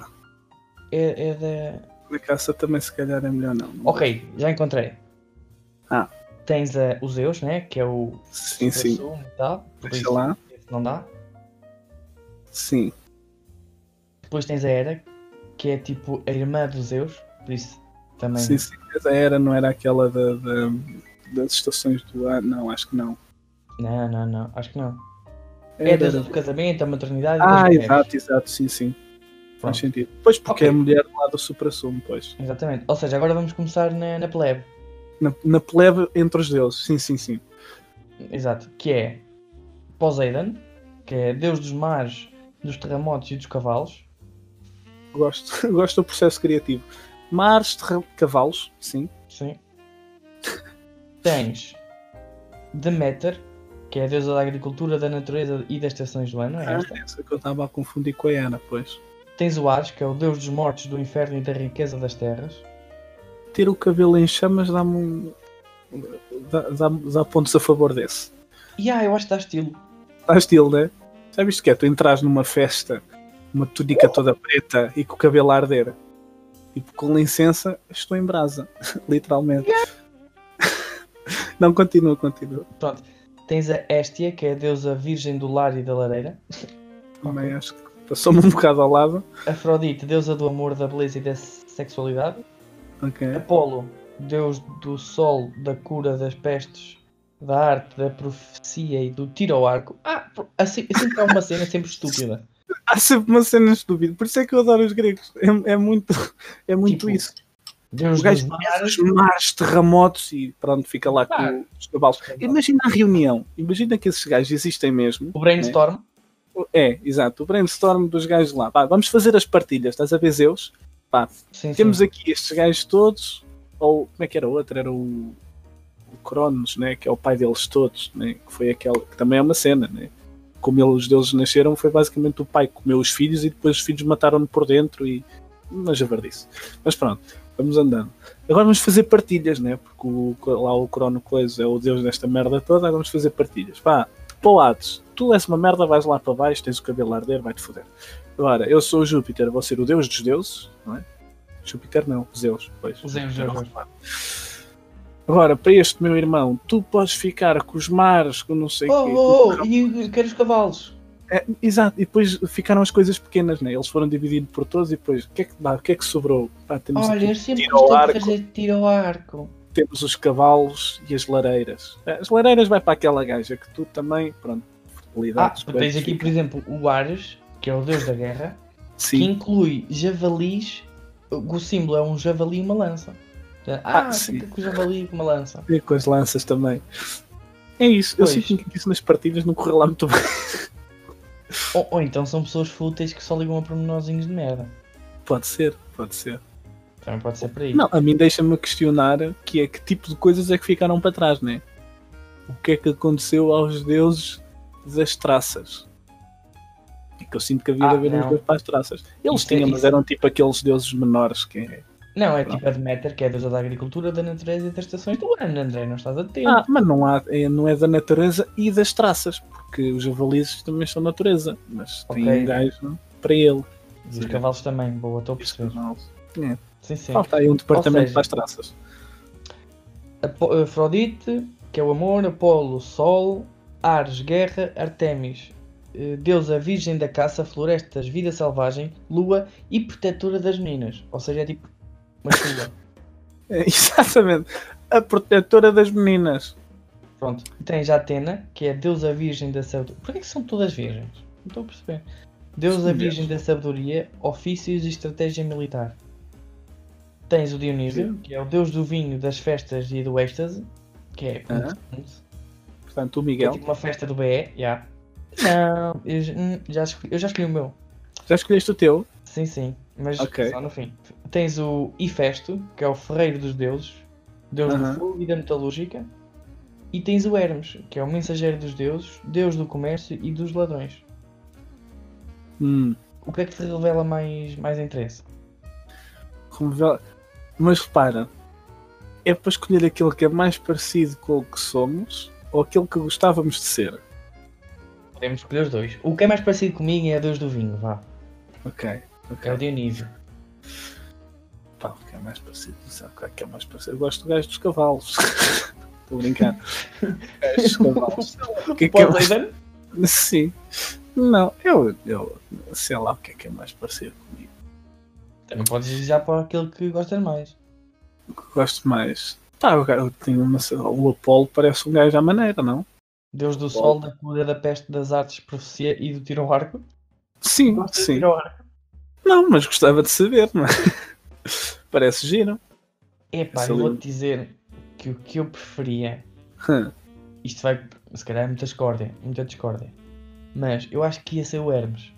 S1: é, é da.
S2: Da caça também, se calhar, é melhor não.
S1: Ok, já encontrei.
S2: Ah.
S1: Tens a, o Zeus, né? Que é o.
S2: Sim, sim.
S1: sumo e tal. Por
S2: Deixa
S1: isso,
S2: lá.
S1: esse não dá.
S2: Sim.
S1: Depois tens a Hera, que é tipo a irmã do Zeus. Por isso também.
S2: Sim, sim. Mas a era não era aquela da, da- das estações do ar. Não, acho que não.
S1: Não, não, não. Acho que não. É
S2: Era-
S1: da- do casamento, da maternidade e das
S2: Ah,
S1: mulheres.
S2: exato, exato, sim, sim. Faz
S1: Pronto.
S2: sentido. Pois porque
S1: Ok.
S2: é a mulher lá do supra-sumo, pois.
S1: Exatamente. Ou seja, agora vamos começar na, na plebe.
S2: Na, na plebe entre os deuses, sim, sim, sim.
S1: Exato. Que é Poseidon, que é deus dos mares, dos terremotos e dos cavalos.
S2: Gosto, gosto do processo criativo. Mares, terra- cavalos, sim.
S1: Sim. Tens Deméter, que é a deusa da agricultura, da natureza e das estações do ano. É
S2: Ah,
S1: esta.
S2: essa que eu estava a confundir com a Ana, pois.
S1: Tens o Ares, que é o deus dos mortos, do inferno e da riqueza das terras.
S2: Ter o cabelo em chamas dá-me um. Dá, dá, dá pontos a favor desse.
S1: E ah, eu acho que dá estilo.
S2: Está estilo, né? Já viste que é? Tu entras numa festa, uma túnica toda preta e com o cabelo a arder. Tipo, com licença, estou em brasa. Literalmente. Não, continua, continua.
S1: Tens a Éstia, que é a deusa virgem do lar e da lareira.
S2: Também acho que passou-me um bocado ao lado.
S1: Afrodite, deusa do amor, da beleza e da sexualidade.
S2: Ok.
S1: Apolo, deus do sol, da cura, das pestes, da arte, da profecia e do tiro ao arco. Ah, pr- assim, assim que há uma cena sempre estúpida.
S2: Há sempre uma cena estúpida. Por isso é que eu adoro os gregos. É, é muito, é muito
S1: Tipo,
S2: isso.
S1: Deus
S2: Os gajos
S1: dos
S2: fazem os
S1: mares.
S2: mares, terremotos e pronto, fica lá
S1: Ah.
S2: com os cavalos. Imagina a reunião. Imagina que esses gajos existem mesmo.
S1: O brainstorm.
S2: É, exato. O brainstorm dos gajos lá. Pá, vamos fazer as partilhas, estás a ver, Zeus?
S1: Sim,
S2: Temos
S1: sim.
S2: aqui estes gajos todos, ou como é que era o outro? Era o, o Cronos, né? que é o pai deles todos, né? que foi aquela que também é uma cena. Né? Como ele- os deuses nasceram, foi basicamente o pai que comeu os filhos e depois os filhos mataram-no por dentro e. Mas já disse. Mas pronto, vamos andando. Agora vamos fazer partilhas, né? Porque o- lá o Crono Coisa é o deus desta merda toda, agora vamos fazer partilhas. Pá, Polados, tu és uma merda, vais lá para baixo, tens o cabelo a arder, vai-te foder. Agora, eu sou o Júpiter, vou ser o deus dos deuses, não é? Júpiter não, Zeus, pois.
S1: Os erros,
S2: Era um
S1: erros.
S2: reparo. Agora, para este meu irmão, tu podes ficar com os mares, com não sei o
S1: Oh,
S2: quê.
S1: oh, oh, e eu quero os cavalos.
S2: É, exato, e depois ficaram as coisas pequenas, né? Eles foram dividindo por todos e depois, o que é que dá? O que é que sobrou? Pá, temos,
S1: Olha,
S2: aqui-
S1: eu sempre
S2: tiro ao
S1: gostei de
S2: arco.
S1: fazer tiro ao arco.
S2: temos os cavalos e as lareiras. Eh, As lareiras vai para aquela gaja que tu também, pronto,
S1: Ah,
S2: fertilidade.
S1: tens aqui, por exemplo, o Ares, que é o deus da guerra, que
S2: Sim.
S1: inclui javalis. O símbolo é um javali e uma lança. Ah,
S2: Ah, sim.
S1: fica com o javali e com uma lança.
S2: E com as lanças também. É isso, eu
S1: Pois.
S2: sinto que isso nas partidas não correu lá muito bem.
S1: Ou, ou então são pessoas fúteis que só ligam a pormenorzinhos de merda.
S2: Pode ser, pode ser.
S1: Também pode ser por aí.
S2: Não, a mim deixa-me questionar que é que tipo de coisas é que ficaram para trás, né? O que é que aconteceu aos deuses das traças? É que eu sinto que havia de
S1: Ah,
S2: haver
S1: não.
S2: uns deuses para as traças. Eles
S1: Isto é
S2: tinham,
S1: isso.
S2: mas eram tipo aqueles deuses menores que é.
S1: Não, é tipo a Deméter, que é a deusa da agricultura, da natureza e das estações do ano. André, não estás atento.
S2: Ah, mas não, há, é- não é da natureza e das traças, porque os javalis também são natureza, mas
S1: Ok.
S2: tem um gajo para ele.
S1: e os cavalos também, boa, estou a perceber. Sim, sim.
S2: Falta aí um departamento
S1: seja,
S2: para as traças.
S1: Apo- eh, Afrodite, que é o amor, Apolo, Sol, Ares, Guerra, Artemis, eh, deusa virgem da caça, florestas, vida selvagem, lua e protetora das meninas. Ou seja, é tipo uma chuva.
S2: É, Exatamente. A protetora das meninas.
S1: Pronto. Tens a Atena, que é deusa virgem da sabedoria. Porquê que são todas virgens? Não estou a perceber. Deusa
S2: Sim, é.
S1: virgem da sabedoria, ofícios e estratégia militar. Tens o Dionísio, que é o deus do vinho, das festas e do êxtase, que é
S2: Aham.
S1: muito
S2: Portanto, o
S1: É
S2: Miguel.
S1: tipo uma festa do BE, já. Não, eu j- hum, já escolhi, eu já escolhi o meu.
S2: Já escolheste o teu?
S1: Sim, sim, mas
S2: Ok.
S1: só no fim. Tens o Ifesto, que é o ferreiro dos deuses, deus
S2: Aham.
S1: do fogo e da metalúrgica. E tens o Hermes, que é o mensageiro dos deuses, deus do comércio e dos ladrões.
S2: Hum,
S1: O que é que te revela mais, mais interesse?
S2: revela- Mas repara, é para escolher aquilo que é mais parecido com o que somos ou aquilo que gostávamos de ser.
S1: Podemos escolher os dois. O que é mais parecido comigo é a Deus do Vinho, vá.
S2: Ok.
S1: É o Dionísio.
S2: Pá, o que é mais parecido? Não sei o que é que é mais parecido. Eu gosto do gajo dos cavalos. Estou a brincar. gajo dos cavalos. O que é que é
S1: Paul
S2: mais...
S1: Dayton?
S2: Sim. Não, eu, eu sei lá o que é que é mais parecido comigo.
S1: Também podes já para aquele que gostas mais.
S2: O que gosto mais. Pá, o gajo tem uma. O Apolo parece um gajo à maneira, não?
S1: Deus do Sol, da cura, da peste, das artes, profecia e do tiro ao arco.
S2: Sim,
S1: Gostas de
S2: sim.
S1: tiro ao arco?
S2: Não, mas gostava de saber, não é? Parece giro.
S1: Epá,
S2: Essa
S1: eu
S2: linha.
S1: vou-te dizer que o que eu preferia...
S2: Hum,
S1: Isto vai... Se calhar é muita discórdia. Muita discórdia. Mas eu acho que ia ser o Hermes.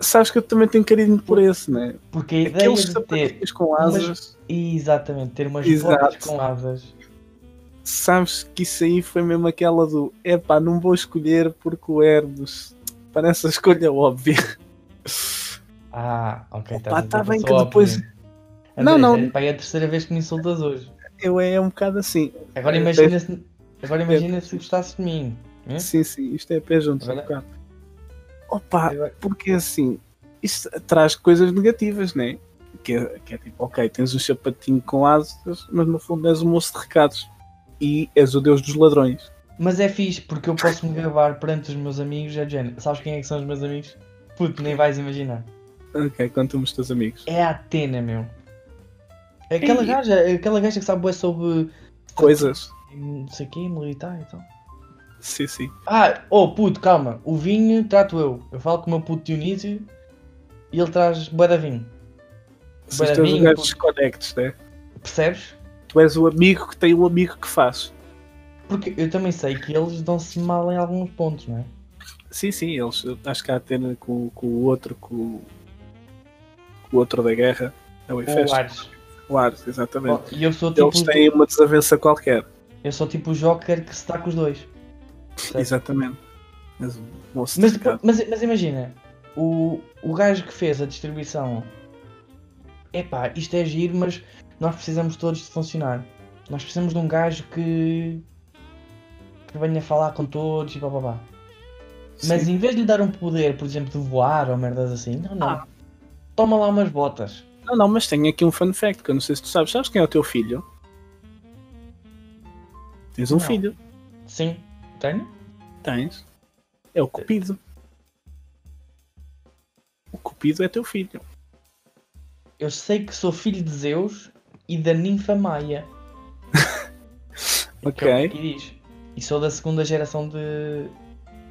S2: Sabes que eu também tenho carinho por esse, né?
S1: Porque a ideia
S2: Aqueles
S1: de ter...
S2: sapatilhas com asas.
S1: Exatamente, ter umas
S2: Exato.
S1: botas com asas.
S2: Sabes que isso aí foi mesmo aquela do epá, não vou escolher porque o Hermes parece a escolha óbvia.
S1: Ah, ok.
S2: Opa,
S1: estás a dizer
S2: tá
S1: eu
S2: bem
S1: sou
S2: que
S1: óbvio.
S2: depois- Não,
S1: Andrés,
S2: não.
S1: É, pá, é a terceira vez que me insultas hoje.
S2: Eu é um bocado assim.
S1: Agora
S2: É,
S1: imagina se, agora imagina se gostasses de mim. Hum?
S2: Sim, sim, isto é pé junto. Um
S1: Agora-
S2: bocado. Opa,
S1: Agora-
S2: porque assim, isso traz coisas negativas, né? Que é, que é tipo, ok, tens um sapatinho com asas, mas no fundo és um moço de recados e és o deus dos ladrões.
S1: Mas é fixe, porque eu posso me gabar perante os meus amigos. É de género. Sabes quem é que são os meus amigos? Puto, nem vais imaginar.
S2: Ok, conta-me os teus amigos.
S1: É a Atena, meu. É Aquela
S2: Ei.
S1: gaja, é aquela gaja que sabe bué sobre hum,
S2: Coisas.
S1: não sei o quê, militar e tal.
S2: Sim, sim.
S1: Ah, oh puto, calma. O vinho trato eu. Eu falo com o meu puto Dionísio e ele traz bué da vinho.
S2: Se
S1: Para
S2: os teus
S1: mim,
S2: lugares
S1: por-
S2: desconectes, né?
S1: Percebes?
S2: Tu és o amigo que tem o amigo que faz.
S1: Porque eu também sei que eles dão-se mal em alguns pontos, não é?
S2: Sim, sim, eles. Acho que há a Atena com, com o outro, com, o- com o outro da guerra. É o
S1: Ou
S2: Efesto.
S1: Ares.
S2: O Ares, exatamente.
S1: E eu sou tipo.
S2: Eles têm uma desavença qualquer.
S1: Eu sou tipo o Joker que se dá com os dois. Certo.
S2: Exatamente. Mas, o moço um
S1: Mas,
S2: de
S1: depois-
S2: recado-
S1: mas, mas imagina, o, o gajo que fez a distribuição. Epá, isto é giro, mas nós precisamos todos de funcionar. Nós precisamos de um gajo que. que venha falar com todos e bababá. Mas
S2: Sim.
S1: em vez de lhe dar um poder, por exemplo, de voar ou merdas assim, não, não. Toma lá umas botas.
S2: Não, não, mas tenho aqui um fun fact que eu não sei se tu sabes. Sabes quem é o teu filho? Tens um
S1: Não.
S2: filho.
S1: Sim, tenho.
S2: Tens. É o Cupido. O Cupido é teu filho.
S1: Eu sei que sou filho de Zeus e da ninfa Maia. que é o que
S2: Ok.
S1: aqui diz. E sou da segunda geração de,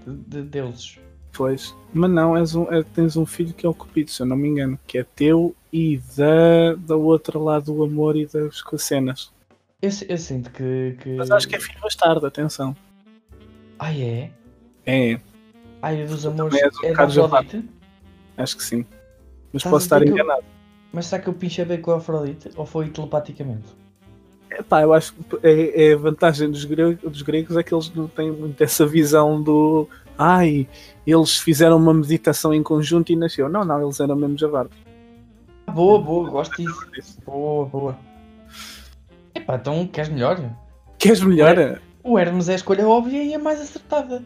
S1: de, de deuses.
S2: Pois. Mas não, és um, é- tens um filho que é o Cupido, se eu não me engano. Que é teu e da, da outra lá do amor e das cenas.
S1: Eu, si- eu sinto que, que.
S2: Mas acho que é filho bastardo, atenção.
S1: Ai é?
S2: É,
S1: Ai, o dos amores
S2: também és
S1: é
S2: um
S1: da
S2: bocado jabá.
S1: Afrodite?
S2: acho que sim. Mas
S1: Estás a
S2: posso estar
S1: dizer que eu-
S2: enganado.
S1: Mas será que eu pinchei bem com a Afrodite? Ou foi telepaticamente?
S2: Epá, eu acho que é, é a vantagem dos gregos, dos gregos é que eles não têm muito essa visão do ai, eles fizeram uma meditação em conjunto e nasceu. Não, não, eles eram mesmo javardos.
S1: Ah, boa, boa, gosto disso. Boa, boa. Epá, então queres melhor?
S2: Queres melhor?
S1: O Hermes é a escolha óbvia e a mais acertada.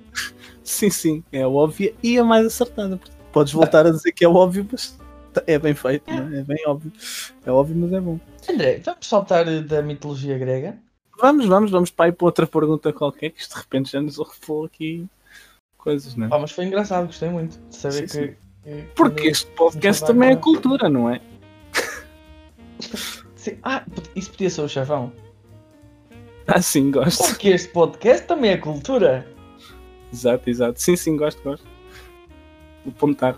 S2: Sim, sim, é a óbvia e a mais acertada. Portanto, Podes voltar a dizer que é óbvio, mas tá- é bem feito, não é? é bem óbvio. É óbvio, mas é bom.
S1: André, vamos saltar eh, da mitologia grega.
S2: Vamos, vamos, vamos para aí para outra pergunta qualquer, que isto de repente já nos arrefou aqui coisas, não é?
S1: Pá, mas foi engraçado, gostei muito de saber
S2: Sim,
S1: que. que-
S2: Porque este podcast também é cultura, não é?
S1: Sim. Ah, isso podia ser o chavão.
S2: Ah, sim, gosto.
S1: Porque este podcast também é cultura.
S2: Exato, exato. Sim, sim, gosto, gosto. Vou apontar.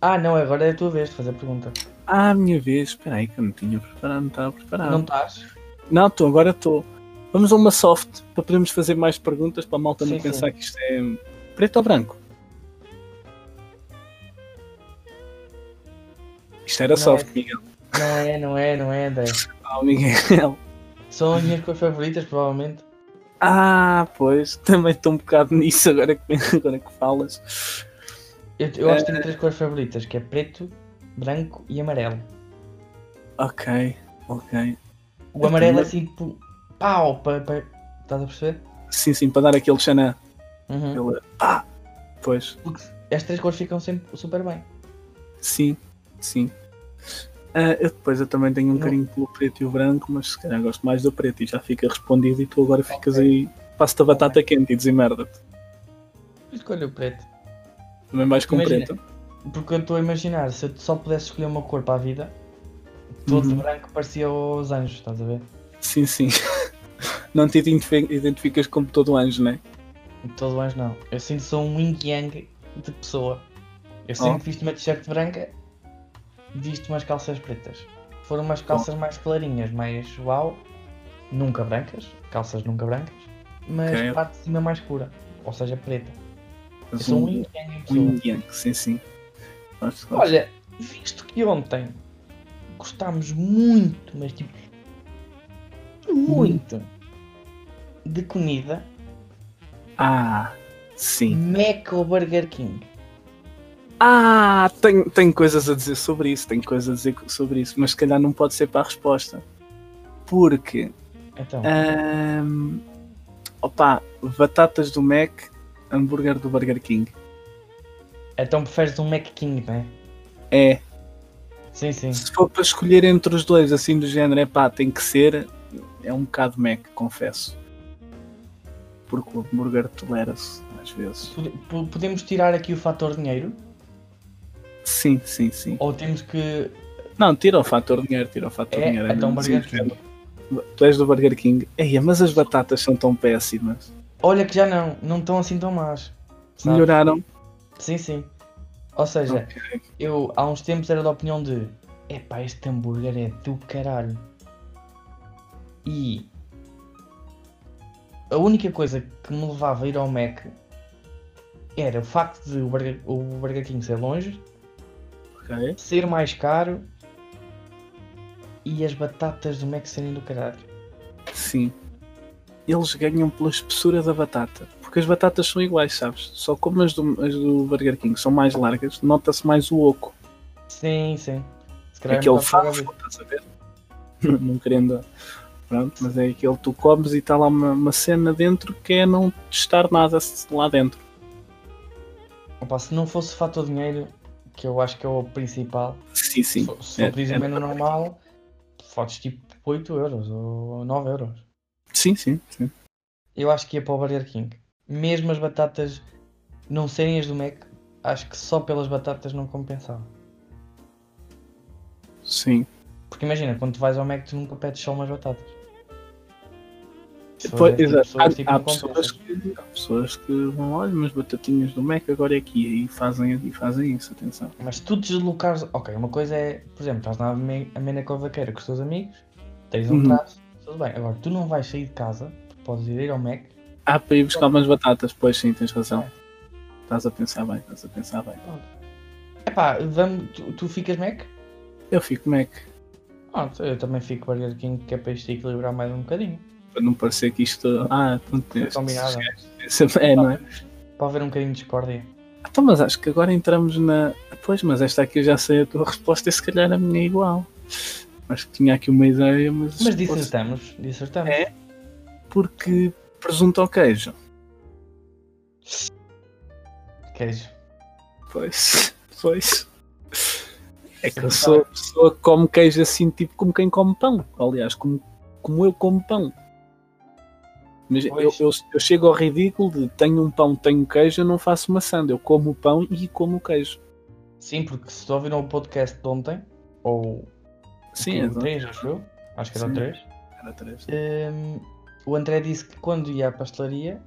S1: Ah, não, agora é a tua vez de fazer a pergunta.
S2: Ah, minha vez. Espera aí que eu não tinha preparado, não estava
S1: Não
S2: preparado.
S1: estás?
S2: Não, estou, agora estou. Vamos a uma soft para podermos fazer mais perguntas para a malta não
S1: Sim, sim.
S2: pensar que isto é preto ou branco. Isto era
S1: Não
S2: soft,
S1: é.
S2: Miguel.
S1: Não é, não é, não é, André.
S2: Ah, Miguel.
S1: São as minhas coisas favoritas, provavelmente.
S2: Ah, pois, também estou um bocado nisso agora que, agora que falas.
S1: Eu, eu acho que tenho três cores favoritas, que é preto, branco e amarelo.
S2: Ok, ok.
S1: O
S2: Eu
S1: amarelo é
S2: também.
S1: assim, tipo, pau, para... Pa, estás a perceber?
S2: Sim, sim, para dar aquele xanã.
S1: Uhum.
S2: Ele, pá! Pois,
S1: Porque as três cores ficam sempre super bem.
S2: sim, sim. Ah, eu depois eu também tenho um
S1: Não.
S2: carinho pelo preto e o branco, mas se calhar gosto mais do preto e já fica respondido e tu agora ficas aí, passa-te a batata quente e desemmerda-te.
S1: Eu escolho o preto.
S2: Também vais com
S1: Imagina.
S2: preto.
S1: Porque eu estou a imaginar, se eu só pudesse escolher uma cor para a vida, todo
S2: Uhum.
S1: branco parecia os anjos, estás a ver?
S2: Sim, sim. Não te identifi- identificas como todo anjo, né?
S1: Todo anjo não. Eu sinto que sou um yin yang de pessoa. Eu sempre visto uma t-shirt branca, visto umas calças pretas. Foram umas calças mais clarinhas, mais uau, nunca brancas, calças nunca brancas, mas
S2: Ok.
S1: parte de cima mais escura, ou seja, preta. Eu
S2: És
S1: sou um
S2: um-
S1: yin yang de
S2: um
S1: pessoa.
S2: yang, sim, sim. Gosto, gosto.
S1: Olha, visto que ontem gostámos muito, mas tipo. Muito de comida,
S2: Ah, sim.
S1: Mac ou Burger King.
S2: Ah, tenho, tenho coisas a dizer sobre isso, tenho coisas a dizer sobre isso, mas se calhar não pode ser para a resposta. Porque,
S1: Então,
S2: Ah. ahm, opá, batatas do Mac, hambúrguer do Burger King.
S1: então preferes um Mac King, não é?
S2: É,
S1: Sim, sim.
S2: se for para escolher entre os dois, assim do género, é pá, tem que ser, é um bocado Mac, confesso. Porque o hambúrguer tolera-se, às vezes.
S1: Pode- po- Podemos tirar aqui o fator dinheiro
S2: Sim, sim, sim.
S1: ou temos que.
S2: Não, tira o fator dinheiro, tira o fator
S1: É,
S2: dinheiro.
S1: então
S2: mesmo assim,
S1: Burger King.
S2: Tu és do Burger King. Eia, mas as batatas são tão péssimas.
S1: Olha que já não, não estão assim tão más. sabe? é.
S2: Melhoraram?
S1: Sim, sim. Ou seja,
S2: Ok.
S1: eu há uns tempos era da opinião de epá, este hambúrguer é do caralho. E a única coisa que me levava a ir ao Mac era o facto de o Burger, o Burger King ser longe,
S2: Ok.
S1: ser mais caro e as batatas do Mac serem do caralho.
S2: Sim. Eles ganham pela espessura da batata. Porque as batatas são iguais, sabes? Só como as do, as do Burger King são mais largas, nota-se mais o oco.
S1: Sim, sim. Se calhar é
S2: Aquele
S1: melhor pagar
S2: fafo, estás a ver? não querendo. Pronto, mas é aquele que tu comes e está lá uma, uma cena dentro que é não testar nada lá dentro.
S1: Opa, se não fosse o fator dinheiro, que eu acho que é o principal,
S2: Sim, sim.
S1: se, se for
S2: É-
S1: pedir
S2: é
S1: um menu normal, fotos tipo 8 euros ou 9 euros.
S2: Sim, sim, sim.
S1: Eu acho que ia para o Burger King. Mesmo as batatas não serem as do Mac, acho que só pelas batatas não compensava.
S2: Sim.
S1: Porque imagina, quando tu vais ao Mac, tu nunca pedes só umas batatas. Se for
S2: Pois,
S1: desse tipo de pessoas,
S2: exato.
S1: tipo,
S2: há, há
S1: não compensa.
S2: pessoas que, há pessoas que vão, olha, mas batatinhas do Mac agora é aqui e fazem, e fazem isso, atenção.
S1: Mas se tu deslocares. Ok, uma coisa é, por exemplo, estás na ame- amena cavaqueira com os teus amigos, tens um
S2: Uhum.
S1: traço, tudo bem. Agora, tu não vais sair de casa, podes ir ao Mac,
S2: Ah, para ir buscar umas batatas, pois sim, tens razão. Estás a pensar bem, estás a pensar bem.
S1: Epá, vamos, tu, tu ficas Mac?
S2: Eu fico Mac,
S1: Pronto, Ah, eu também fico Burger King, que é para isto equilibrar mais um bocadinho.
S2: para não parecer que isto. Ah, pronto,
S1: Foi combinado.
S2: este- É, não é?
S1: Para haver um bocadinho de discórdia.
S2: Ah, Então, mas acho que agora entramos na. Pois, mas esta aqui eu já sei a tua resposta e se calhar a minha é igual. Acho que tinha aqui uma ideia, mas.
S1: Mas dissertamos, dissertamos.
S2: É? Porque presunto ao queijo.
S1: Queijo.
S2: Pois, pois. É que eu sou a pessoa que come queijo assim, tipo como quem come pão. Aliás, como, como eu como pão. Mas eu,
S1: Pois.
S2: eu, eu chego ao ridículo de tenho um pão, tenho queijo, eu não faço uma sanda. Eu como o pão e como o queijo.
S1: Sim, porque se tu ouviram o podcast de ontem, ou
S2: Sim,
S1: o
S2: exato.
S1: 3, acho eu, acho que era o
S2: Sim.
S1: 3,
S2: Era três.
S1: Hum, o André disse que quando ia à pastelaria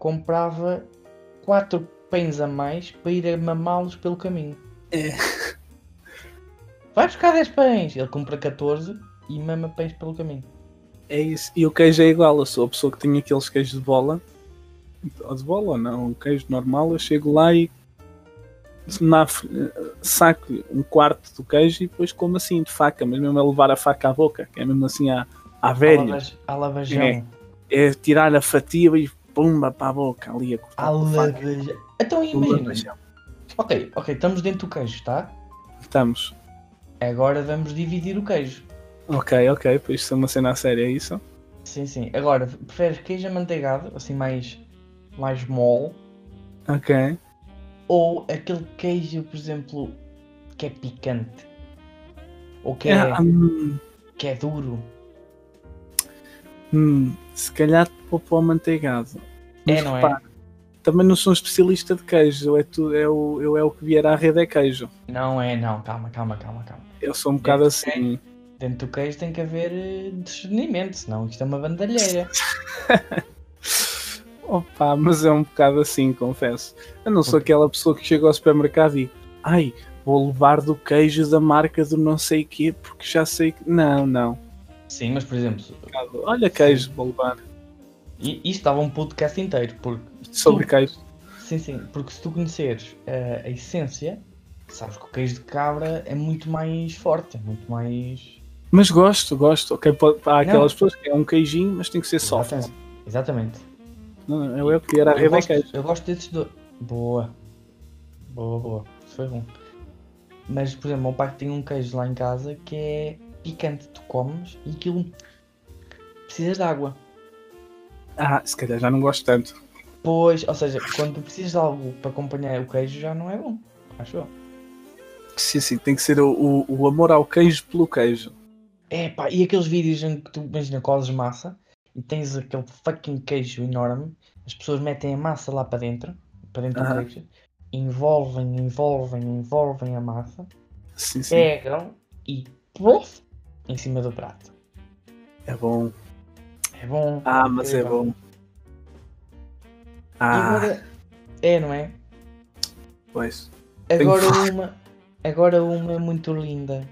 S1: comprava quatro pães a mais para ir a mamá-los pelo caminho.
S2: É.
S1: Vai buscar 10 pães! Ele compra 14 e mama pães pelo caminho.
S2: É isso. E o queijo é igual. Eu sou a pessoa que tem aqueles queijos de bola. Ou de bola ou não? Um queijo normal. Eu chego lá e na- saco um quarto do queijo e depois como assim de faca. Mas mesmo é levar a faca à boca. Que é mesmo assim à, à
S1: À
S2: velha.
S1: lavas- À lavajão.
S2: É. É tirar a fatia e pumba para a boca. Ali a cortar
S1: À
S2: com a faca.
S1: lavajão. Então
S2: Pumba,
S1: imagina,
S2: beijão.
S1: Ok, ok, estamos dentro do queijo, tá?
S2: Estamos.
S1: Agora vamos dividir o queijo.
S2: Ok, ok, pois isto é uma cena a sério, é isso?
S1: Sim, sim. Agora, preferes queijo amanteigado, assim mais, mais mole,
S2: Ok.
S1: ou aquele queijo, por exemplo, que é picante? Ou que é,
S2: Ah, hum,
S1: que é duro?
S2: hum, se calhar vou para o manteigado.
S1: É, não é?
S2: Também não sou um especialista de queijo, é tu, é o, eu é o que vier à rede é queijo.
S1: Não é, não. Calma, calma, calma, calma.
S2: Eu sou um bocado assim.
S1: Dentro do queijo tem que haver eh, discernimento, senão isto é uma bandalheira.
S2: Opa, mas é um bocado assim, confesso. Eu não sou aquela pessoa que chega ao supermercado e ai, vou levar do queijo da marca do não sei quê, porque já sei que. Não, não.
S1: Sim, mas por exemplo,
S2: Olha queijo, vou levar.
S1: i- isto dava um podcast inteiro, porque
S2: Sobre queijo.
S1: Sim, sim, porque se tu conheceres eh, a essência, sabes que o queijo de cabra é muito mais forte, é muito mais.
S2: Mas gosto, gosto. Ok, pode- há
S1: Não.
S2: aquelas pessoas que é um queijinho, mas tem que ser soft.
S1: Exatamente. Exatamente.
S2: Não, não, eu é o que vier à
S1: Eu
S2: rede é
S1: gosto,
S2: queijo.
S1: eu gosto desses dois. Boa. Boa, boa. Isso foi bom. Mas, por exemplo, meu pai tem um queijo lá em casa que é picante. Tu comes e aquilo. Precisas de água.
S2: Ah, se calhar já não gosto tanto.
S1: Pois, ou seja, quando tu precisas de algo para acompanhar o queijo já não é bom. Acho eu.
S2: Sim, sim, tem que ser o, o, o amor ao queijo pelo queijo.
S1: É pá, e aqueles vídeos em que tu imagina coles massa e tens aquele fucking queijo enorme, as pessoas metem a massa lá para dentro, para dentro do
S2: Aham.
S1: queijo, envolvem, envolvem, envolvem a massa,
S2: Sim, sim. É,
S1: pegam e plof, em cima do prato.
S2: bom.
S1: É bom.
S2: Ah, mas é bom.
S1: E
S2: Ah,
S1: agora- É, não é?
S2: pois.
S1: Agora uma. Agora uma muito linda.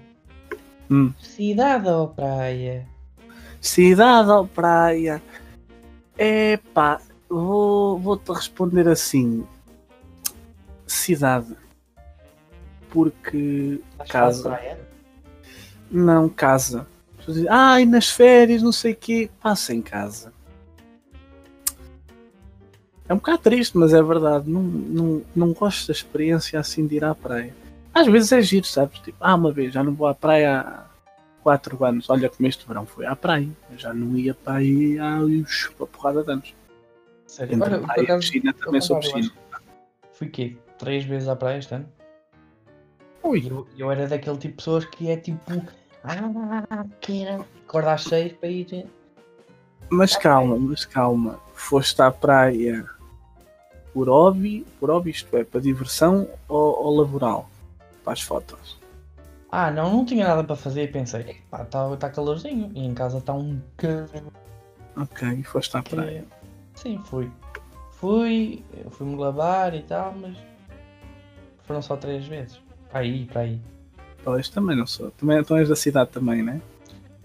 S2: Hum.
S1: Cidade ou praia?
S2: Cidade ou praia? Epá, vou- vou-te responder assim. Cidade. Porque
S1: Estás
S2: Casa.
S1: para a é praia?
S2: Não, casa. As pessoas dizem, Ai, nas férias, não sei o quê. Passa em casa. É um bocado triste, mas é verdade. Não, não, não gosto da experiência assim de ir à praia. Às vezes é giro, sabes? Tipo, ah, uma vez já não vou à praia há 4 anos. Olha como este verão foi à praia. Eu já não ia para aí há uiux, uma porrada de anos.
S1: Sério,
S2: Entre
S1: olha, por
S2: praia e
S1: acaso,
S2: piscina
S1: ao
S2: também sou
S1: contrário, eu
S2: piscina.
S1: acho. Fui quê? Três vezes à praia este ano?
S2: Ui,
S1: Eu, eu era daquele tipo de pessoas que é tipo. Ah, quero. Acordar às seis para ir.
S2: mas calma, mas calma. Foste à praia por hobby, por hobby isto é, para diversão ou, ou laboral? Para as fotos.
S1: Ah, não, não tinha nada para fazer e pensei, pá, está tá calorzinho. E em casa está um caralho.
S2: Ok, foste à praia.
S1: Sim, fui. Fui, eu fui-me lavar e tal, mas. Foram só três vezes. Para aí, para aí.
S2: Pois, também não sou. Também, então és da cidade também, né?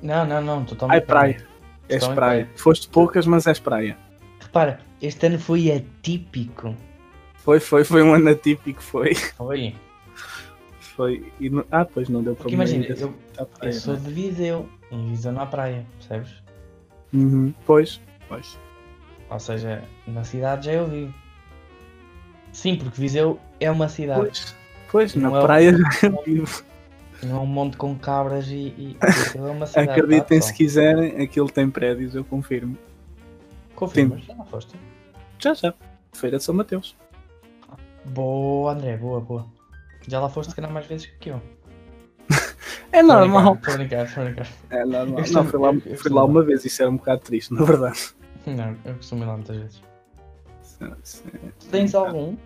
S1: Não, não, não, totalmente.
S2: Ai, praia. És
S1: Também
S2: praia. Foste poucas, mas és praia.
S1: Repara, este ano foi atípico.
S2: Foi, foi, foi um ano atípico, foi.
S1: Foi.
S2: Foi. E não- ah, pois não deu para
S1: Porque imagina,
S2: ir
S1: eu,
S2: à
S1: eu
S2: praia,
S1: sou
S2: né?
S1: de Viseu. Em Viseu não há praia, percebes?
S2: Uhum, Pois, pois.
S1: Ou seja, na cidade já eu vivo. Sim, porque Viseu é uma cidade,
S2: Pois, pois na
S1: Não é o-
S2: praia já vivo.
S1: não é um monte com cabras e. e Viseu é uma cidade. tá,
S2: Acreditem se
S1: pessoal?
S2: quiserem, aquilo tem prédios, eu confirmo.
S1: Confirmas? Já não foste?
S2: Já, já. Feira de São Mateus.
S1: Boa, André, boa, boa. Já lá foste, se calhar, mais vezes que eu.
S2: É
S1: Tô a
S2: normal.
S1: brincar, Tô a brincar, tô a brincar.
S2: É normal.
S1: Este
S2: Não,
S1: Tá é-
S2: fui lá,
S1: este é
S2: fui lá
S1: normal.
S2: uma vez, isso era um bocado triste, na verdade.
S1: Não, eu costumo ir lá muitas vezes.
S2: Sim, sim.
S1: Tu tens algum?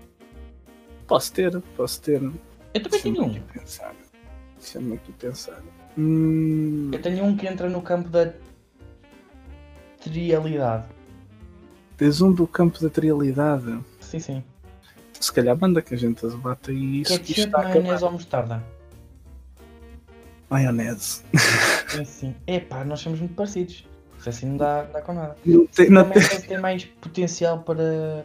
S2: Posso ter, posso ter.
S1: Eu também tenho
S2: Deixa-me
S1: um.
S2: aqui pensar. Deixa-me aqui pensar. Hum,
S1: Eu tenho um que entra no campo da. trialidade.
S2: tens um do campo da trialidade.
S1: Sim, sim.
S2: Se calhar manda que a gente as bata e isso isto
S1: Ketchup,
S2: está a acabar.
S1: maionese ou é mostarda?
S2: Maionese.
S1: É assim. Epá, nós somos muito parecidos. Isso assim não dá, não dá com nada.
S2: Não tem- não
S1: também
S2: tem-
S1: deve ter mais potencial para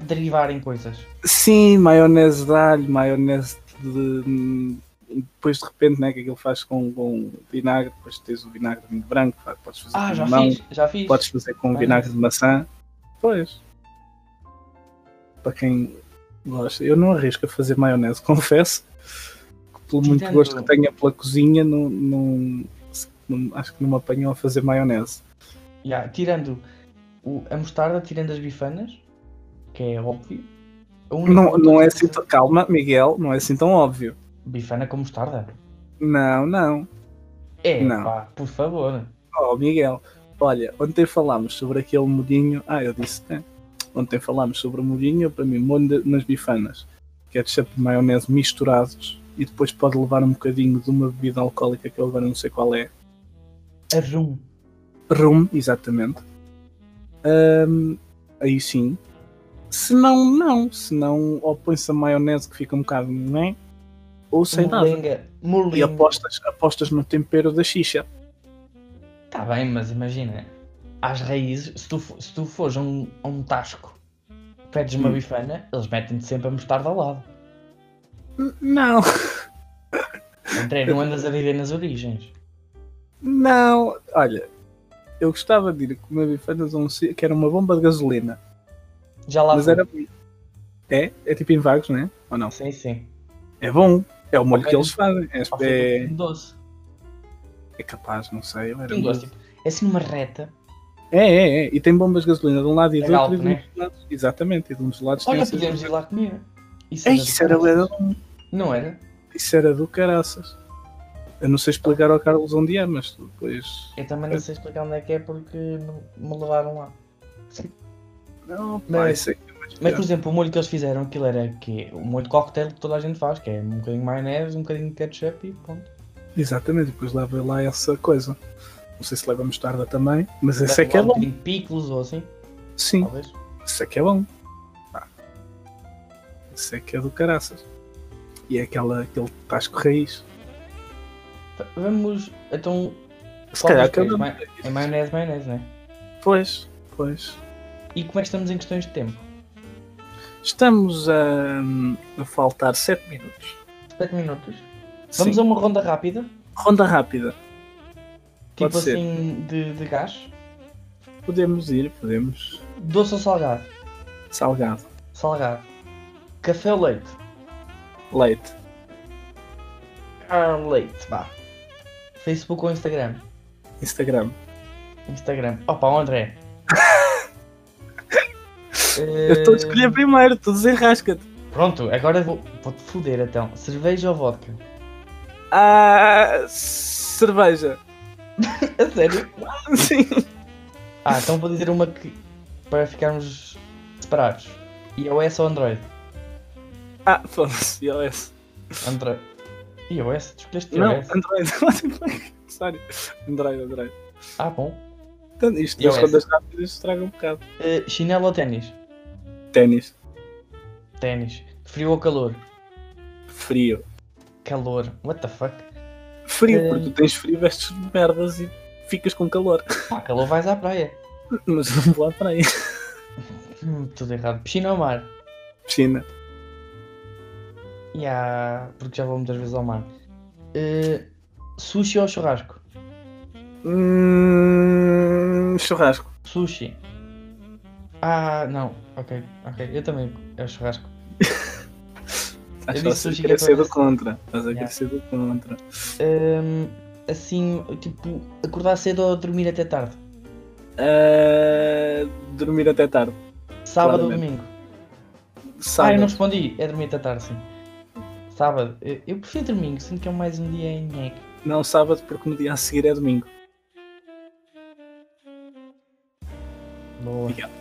S1: derivar em coisas.
S2: Sim, maionese de alho, maionese de. e Depois de repente, né, que aquilo faz com, com vinagre, depois tens o vinagre de vinho branco, pá, podes fazer
S1: Ah,
S2: com
S1: já
S2: limão.
S1: fiz, já fiz.
S2: Podes um fazer com vinagre de maçã. Pois. Para quem Gosto. Eu não arrisco a fazer maionese, confesso. Que pelo muito
S1: Entendo.
S2: gosto que tenha pela cozinha, não, não- não- acho que não me apanham a fazer maionese.
S1: Ya, tirando o- a mostarda, tirando as bifanas, que é óbvio. a única
S2: Não,
S1: outra
S2: não é
S1: coisa-
S2: assim tão, calma, Miguel, não é assim tão óbvio.
S1: Bifana com mostarda?
S2: Não, não.
S1: É,
S2: Não.
S1: pá, por favor.
S2: Oh, Miguel, olha, ontem falámos sobre aquele molhinho. Ah, eu disse, né? Ontem falámos sobre o molhinho, eu, para mim, molho de- nas bifanas. Ketchup e maionese misturados. E depois pode levar um bocadinho de uma bebida alcoólica que eu agora não sei qual é.
S1: A rum.
S2: Rum, exatamente. Ahm, aí sim. Se não, não. Se não, ou põe-se a maionese que fica um bocado, não é? Ou sem nada.
S1: Molenga.
S2: E
S1: Molenga.
S2: apostas, apostas no tempero da xixa.
S1: Tá bem, mas imagina, às raízes, se tu, fo- se tu fores a um, a um tasco, pedes uma
S2: Hum.
S1: bifana, eles metem-te sempre a mostarda ao lado.
S2: N- Não,
S1: André, não andas a viver nas origens.
S2: não. Olha, eu gostava de ir comer bifanas a um sítio que era uma bomba de gasolina.
S1: Já lá
S2: Mas
S1: fui.
S2: era. É? É tipo em vagos, não é? Ou não?
S1: Sim, sim.
S2: É bom. É o molho
S1: Ok.
S2: que eles fazem. É,
S1: Ao fim do
S2: é,
S1: Pingo doce.
S2: é capaz, não sei. eu era um
S1: Pingo doce, tipo, é assim numa reta.
S2: É, é, é. E tem bombas de gasolina de um lado e
S1: É
S2: do outro.
S1: Galp,
S2: e de um
S1: né?
S2: dos lados. Exatamente, e de um dos lados
S1: Olha,
S2: essas
S1: podemos ir lá comer.
S2: Ei, isso era,
S1: do-
S2: era-
S1: Não era?
S2: isso era do caraças. Eu não sei explicar ao Carlos onde é, mas depois.
S1: Eu também não sei explicar onde é que é porque não- me levaram lá.
S2: Não, pá,
S1: Mas-
S2: isso é que é mais
S1: Mas, por
S2: pior.
S1: exemplo, o molho que eles fizeram, aquilo era que o molho de cocktail que toda a gente faz, que é um bocadinho de maionese, um bocadinho de ketchup e pronto.
S2: Exatamente, depois lá vai lá essa coisa. Não sei se leva mostarda também, mas esse é
S1: Deve
S2: que é
S1: lá Um
S2: bom.
S1: bocadinho de picles ou assim,
S2: Sim,
S1: talvez.
S2: esse é que é bom. Pá. Esse é que é do caraças. E é aquela, aquele tasco raiz.
S1: V- Vamos, então,
S2: Se
S1: Qual
S2: calhar
S1: dos
S2: que eu
S1: três?
S2: não-
S1: Ma- é maionese, maionese, né?
S2: Pois, pois.
S1: E como é que estamos em questões de tempo?
S2: Estamos a, a faltar 7 minutos.
S1: 7 minutos.
S2: Sim.
S1: Vamos a um- uma ronda rápida,
S2: Ronda rápida.
S1: tipo
S2: Pode ser.
S1: assim, de, de gás.
S2: Podemos ir, podemos.
S1: Doce ou salgado?
S2: Salgado.
S1: Salgado. Café ou leite?
S2: Leite.
S1: Ah, leite, vá. Facebook ou Instagram?
S2: Instagram.
S1: Instagram. Opa, é? o André.
S2: Eu estou a escolher primeiro, tu desenrasca-te.
S1: Eh, Pronto, agora vou- vou-te foder então. Cerveja ou vodka?
S2: Ah. Cerveja.
S1: A sério?
S2: Sim.
S1: Ah, então vou dizer uma que. para ficarmos separados. iOS ou Android?
S2: Ah, foda-se, iOS.
S1: Android. iOS? Tu escolheste
S2: Não,
S1: iOS?
S2: Android. Sério. Android, Android.
S1: Ah, bom.
S2: Então, isto das
S1: iOS.
S2: rondas rápidas estraga um bocado.
S1: Eh, chinelo ou ténis?
S2: Ténis.
S1: Ténis. Frio ou calor?
S2: Frio.
S1: Calor. What the fuck?
S2: Frio,
S1: Eh.
S2: porque tu tens frio, vestes de merdas e ficas com calor.
S1: Pá, calor vais à praia.
S2: Mas vamos lá para aí.
S1: Hum, tudo errado. Piscina ou mar?
S2: China.
S1: E há- porque já vou muitas vezes ao mar. Eh, sushi ou churrasco?
S2: Hum, churrasco.
S1: Sushi. Ah, não. Ok, ok. Eu também. É o churrasco. disse
S2: Acho que estás a
S1: sushi que
S2: querer ser do
S1: acontece.
S2: contra. Estás a
S1: Yeah.
S2: querer ser do contra.
S1: Ehm, assim, tipo, acordar cedo ou dormir até tarde?
S2: Ah, dormir até tarde.
S1: Sábado ou
S2: Claramente.
S1: domingo? Ah, eu não
S2: Sábado.
S1: respondi. É dormir até tarde, sim. Sábado. Eu, eu prefiro domingo, sinto que é mais um dia em nheque.
S2: não... sábado, porque no dia a seguir é domingo.
S1: Boa.
S2: Yeah.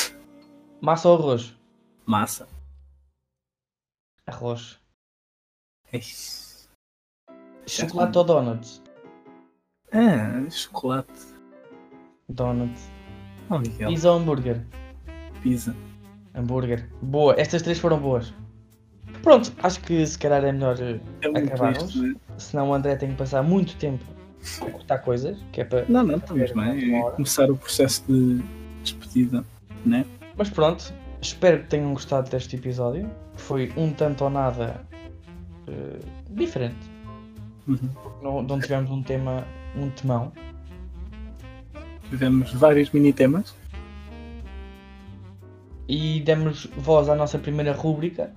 S1: Massa ou arroz?
S2: Massa.
S1: Arroz.
S2: Ei.
S1: Chocolate ou donuts?
S2: Ah, chocolate.
S1: Donuts.
S2: Oh, Miguel,
S1: Pizza ou hambúrguer?
S2: pizza.
S1: Hambúrguer. Boa. Estas três foram boas. Pronto, acho que se calhar é melhor. eh,
S2: É muito
S1: Acabamos?
S2: isto, né?
S1: Senão o André tem que passar muito tempo a cortar coisas, que é para.
S2: Não, não, estamos bem.
S1: Uma
S2: É
S1: hora.
S2: começar o processo de despedida.
S1: Mas pronto, espero que tenham gostado deste episódio. Foi um tanto ou nada eh, diferente.
S2: Uhum.
S1: Não, não tivemos um tema, um temão.
S2: Tivemos vários mini temas.
S1: e demos voz à nossa primeira rúbrica,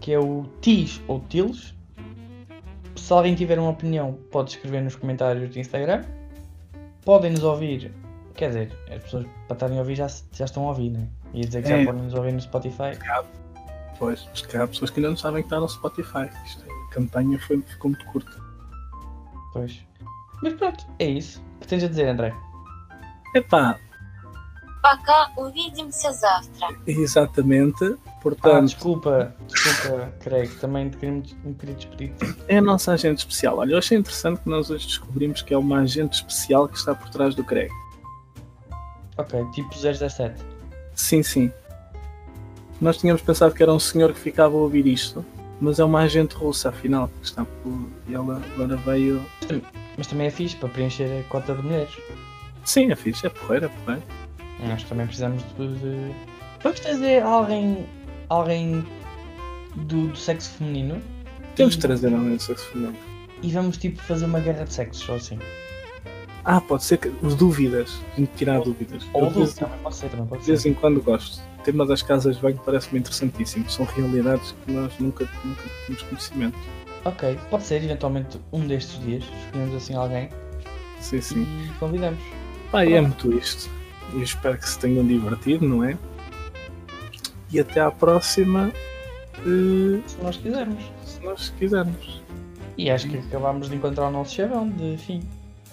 S1: que é o TIS ou TILS. Se alguém tiver uma opinião, pode escrever nos comentários do Instagram. Podem nos ouvir, quer dizer, as pessoas para estarem a ouvir já, se- já estão a ouvir, né? Ia dizer que já
S2: É.
S1: podem nos ouvir no Spotify.
S2: Pois, mas que há pessoas que ainda não sabem que está no Spotify. Isto, a campanha foi, ficou muito curta.
S1: Pois. Mas pronto, é isso. O que tens a dizer, André? Ah,
S2: Epá,
S3: Пока, увидимся завтра.
S2: exatamente.
S1: Ah,
S2: Portanto,
S1: desculpa, desculpa, Craig, também te queria muito- me queria despedir.
S2: é a nossa agente especial. Olha, eu achei interessante que nós hoje descobrimos que é uma agente especial que está por trás do Craig.
S1: Ok, tipo 017.
S2: Sim, sim. Nós tínhamos pensado que era um senhor que ficava a ouvir isto, mas é uma agente russa, afinal, que está por. E ela agora veio.
S1: Mas também é fixe para preencher a cota de mulheres.
S2: Sim, é fixe, é porreira, é porreira.
S1: Nós também precisamos de. de- Vamos trazer alguém. alguém do, do sexo feminino
S2: Temos de trazer alguém do sexo feminino.
S1: e vamos tipo fazer uma guerra de sexos ou assim.
S2: Ah, pode ser que. Os dúvidas. A gente tirar dúvidas.
S1: Ou
S2: Eu, de,
S1: adulto,
S2: de
S1: também pode ser, também pode
S2: vez
S1: ser.
S2: em quando gosto. O tema das casas de banho parece-me interessantíssimo. São realidades que nós nunca, nunca temos conhecimento.
S1: Ok, pode ser eventualmente um destes dias. Escolhemos assim alguém
S2: Sim, sim.
S1: e convidamos.
S2: Pá, e é muito isto. Eu espero que se tenham divertido, não é? E até à próxima. eh,
S1: Se nós quisermos.
S2: se nós quisermos.
S1: E acho que acabámos de encontrar o nosso chavão de fim.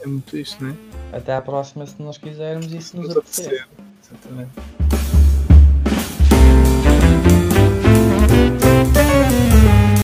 S2: É muito isto, né?
S1: Até à próxima se nós quisermos e se nos
S2: Nos
S1: apetecer.
S2: apetecer. Exatamente.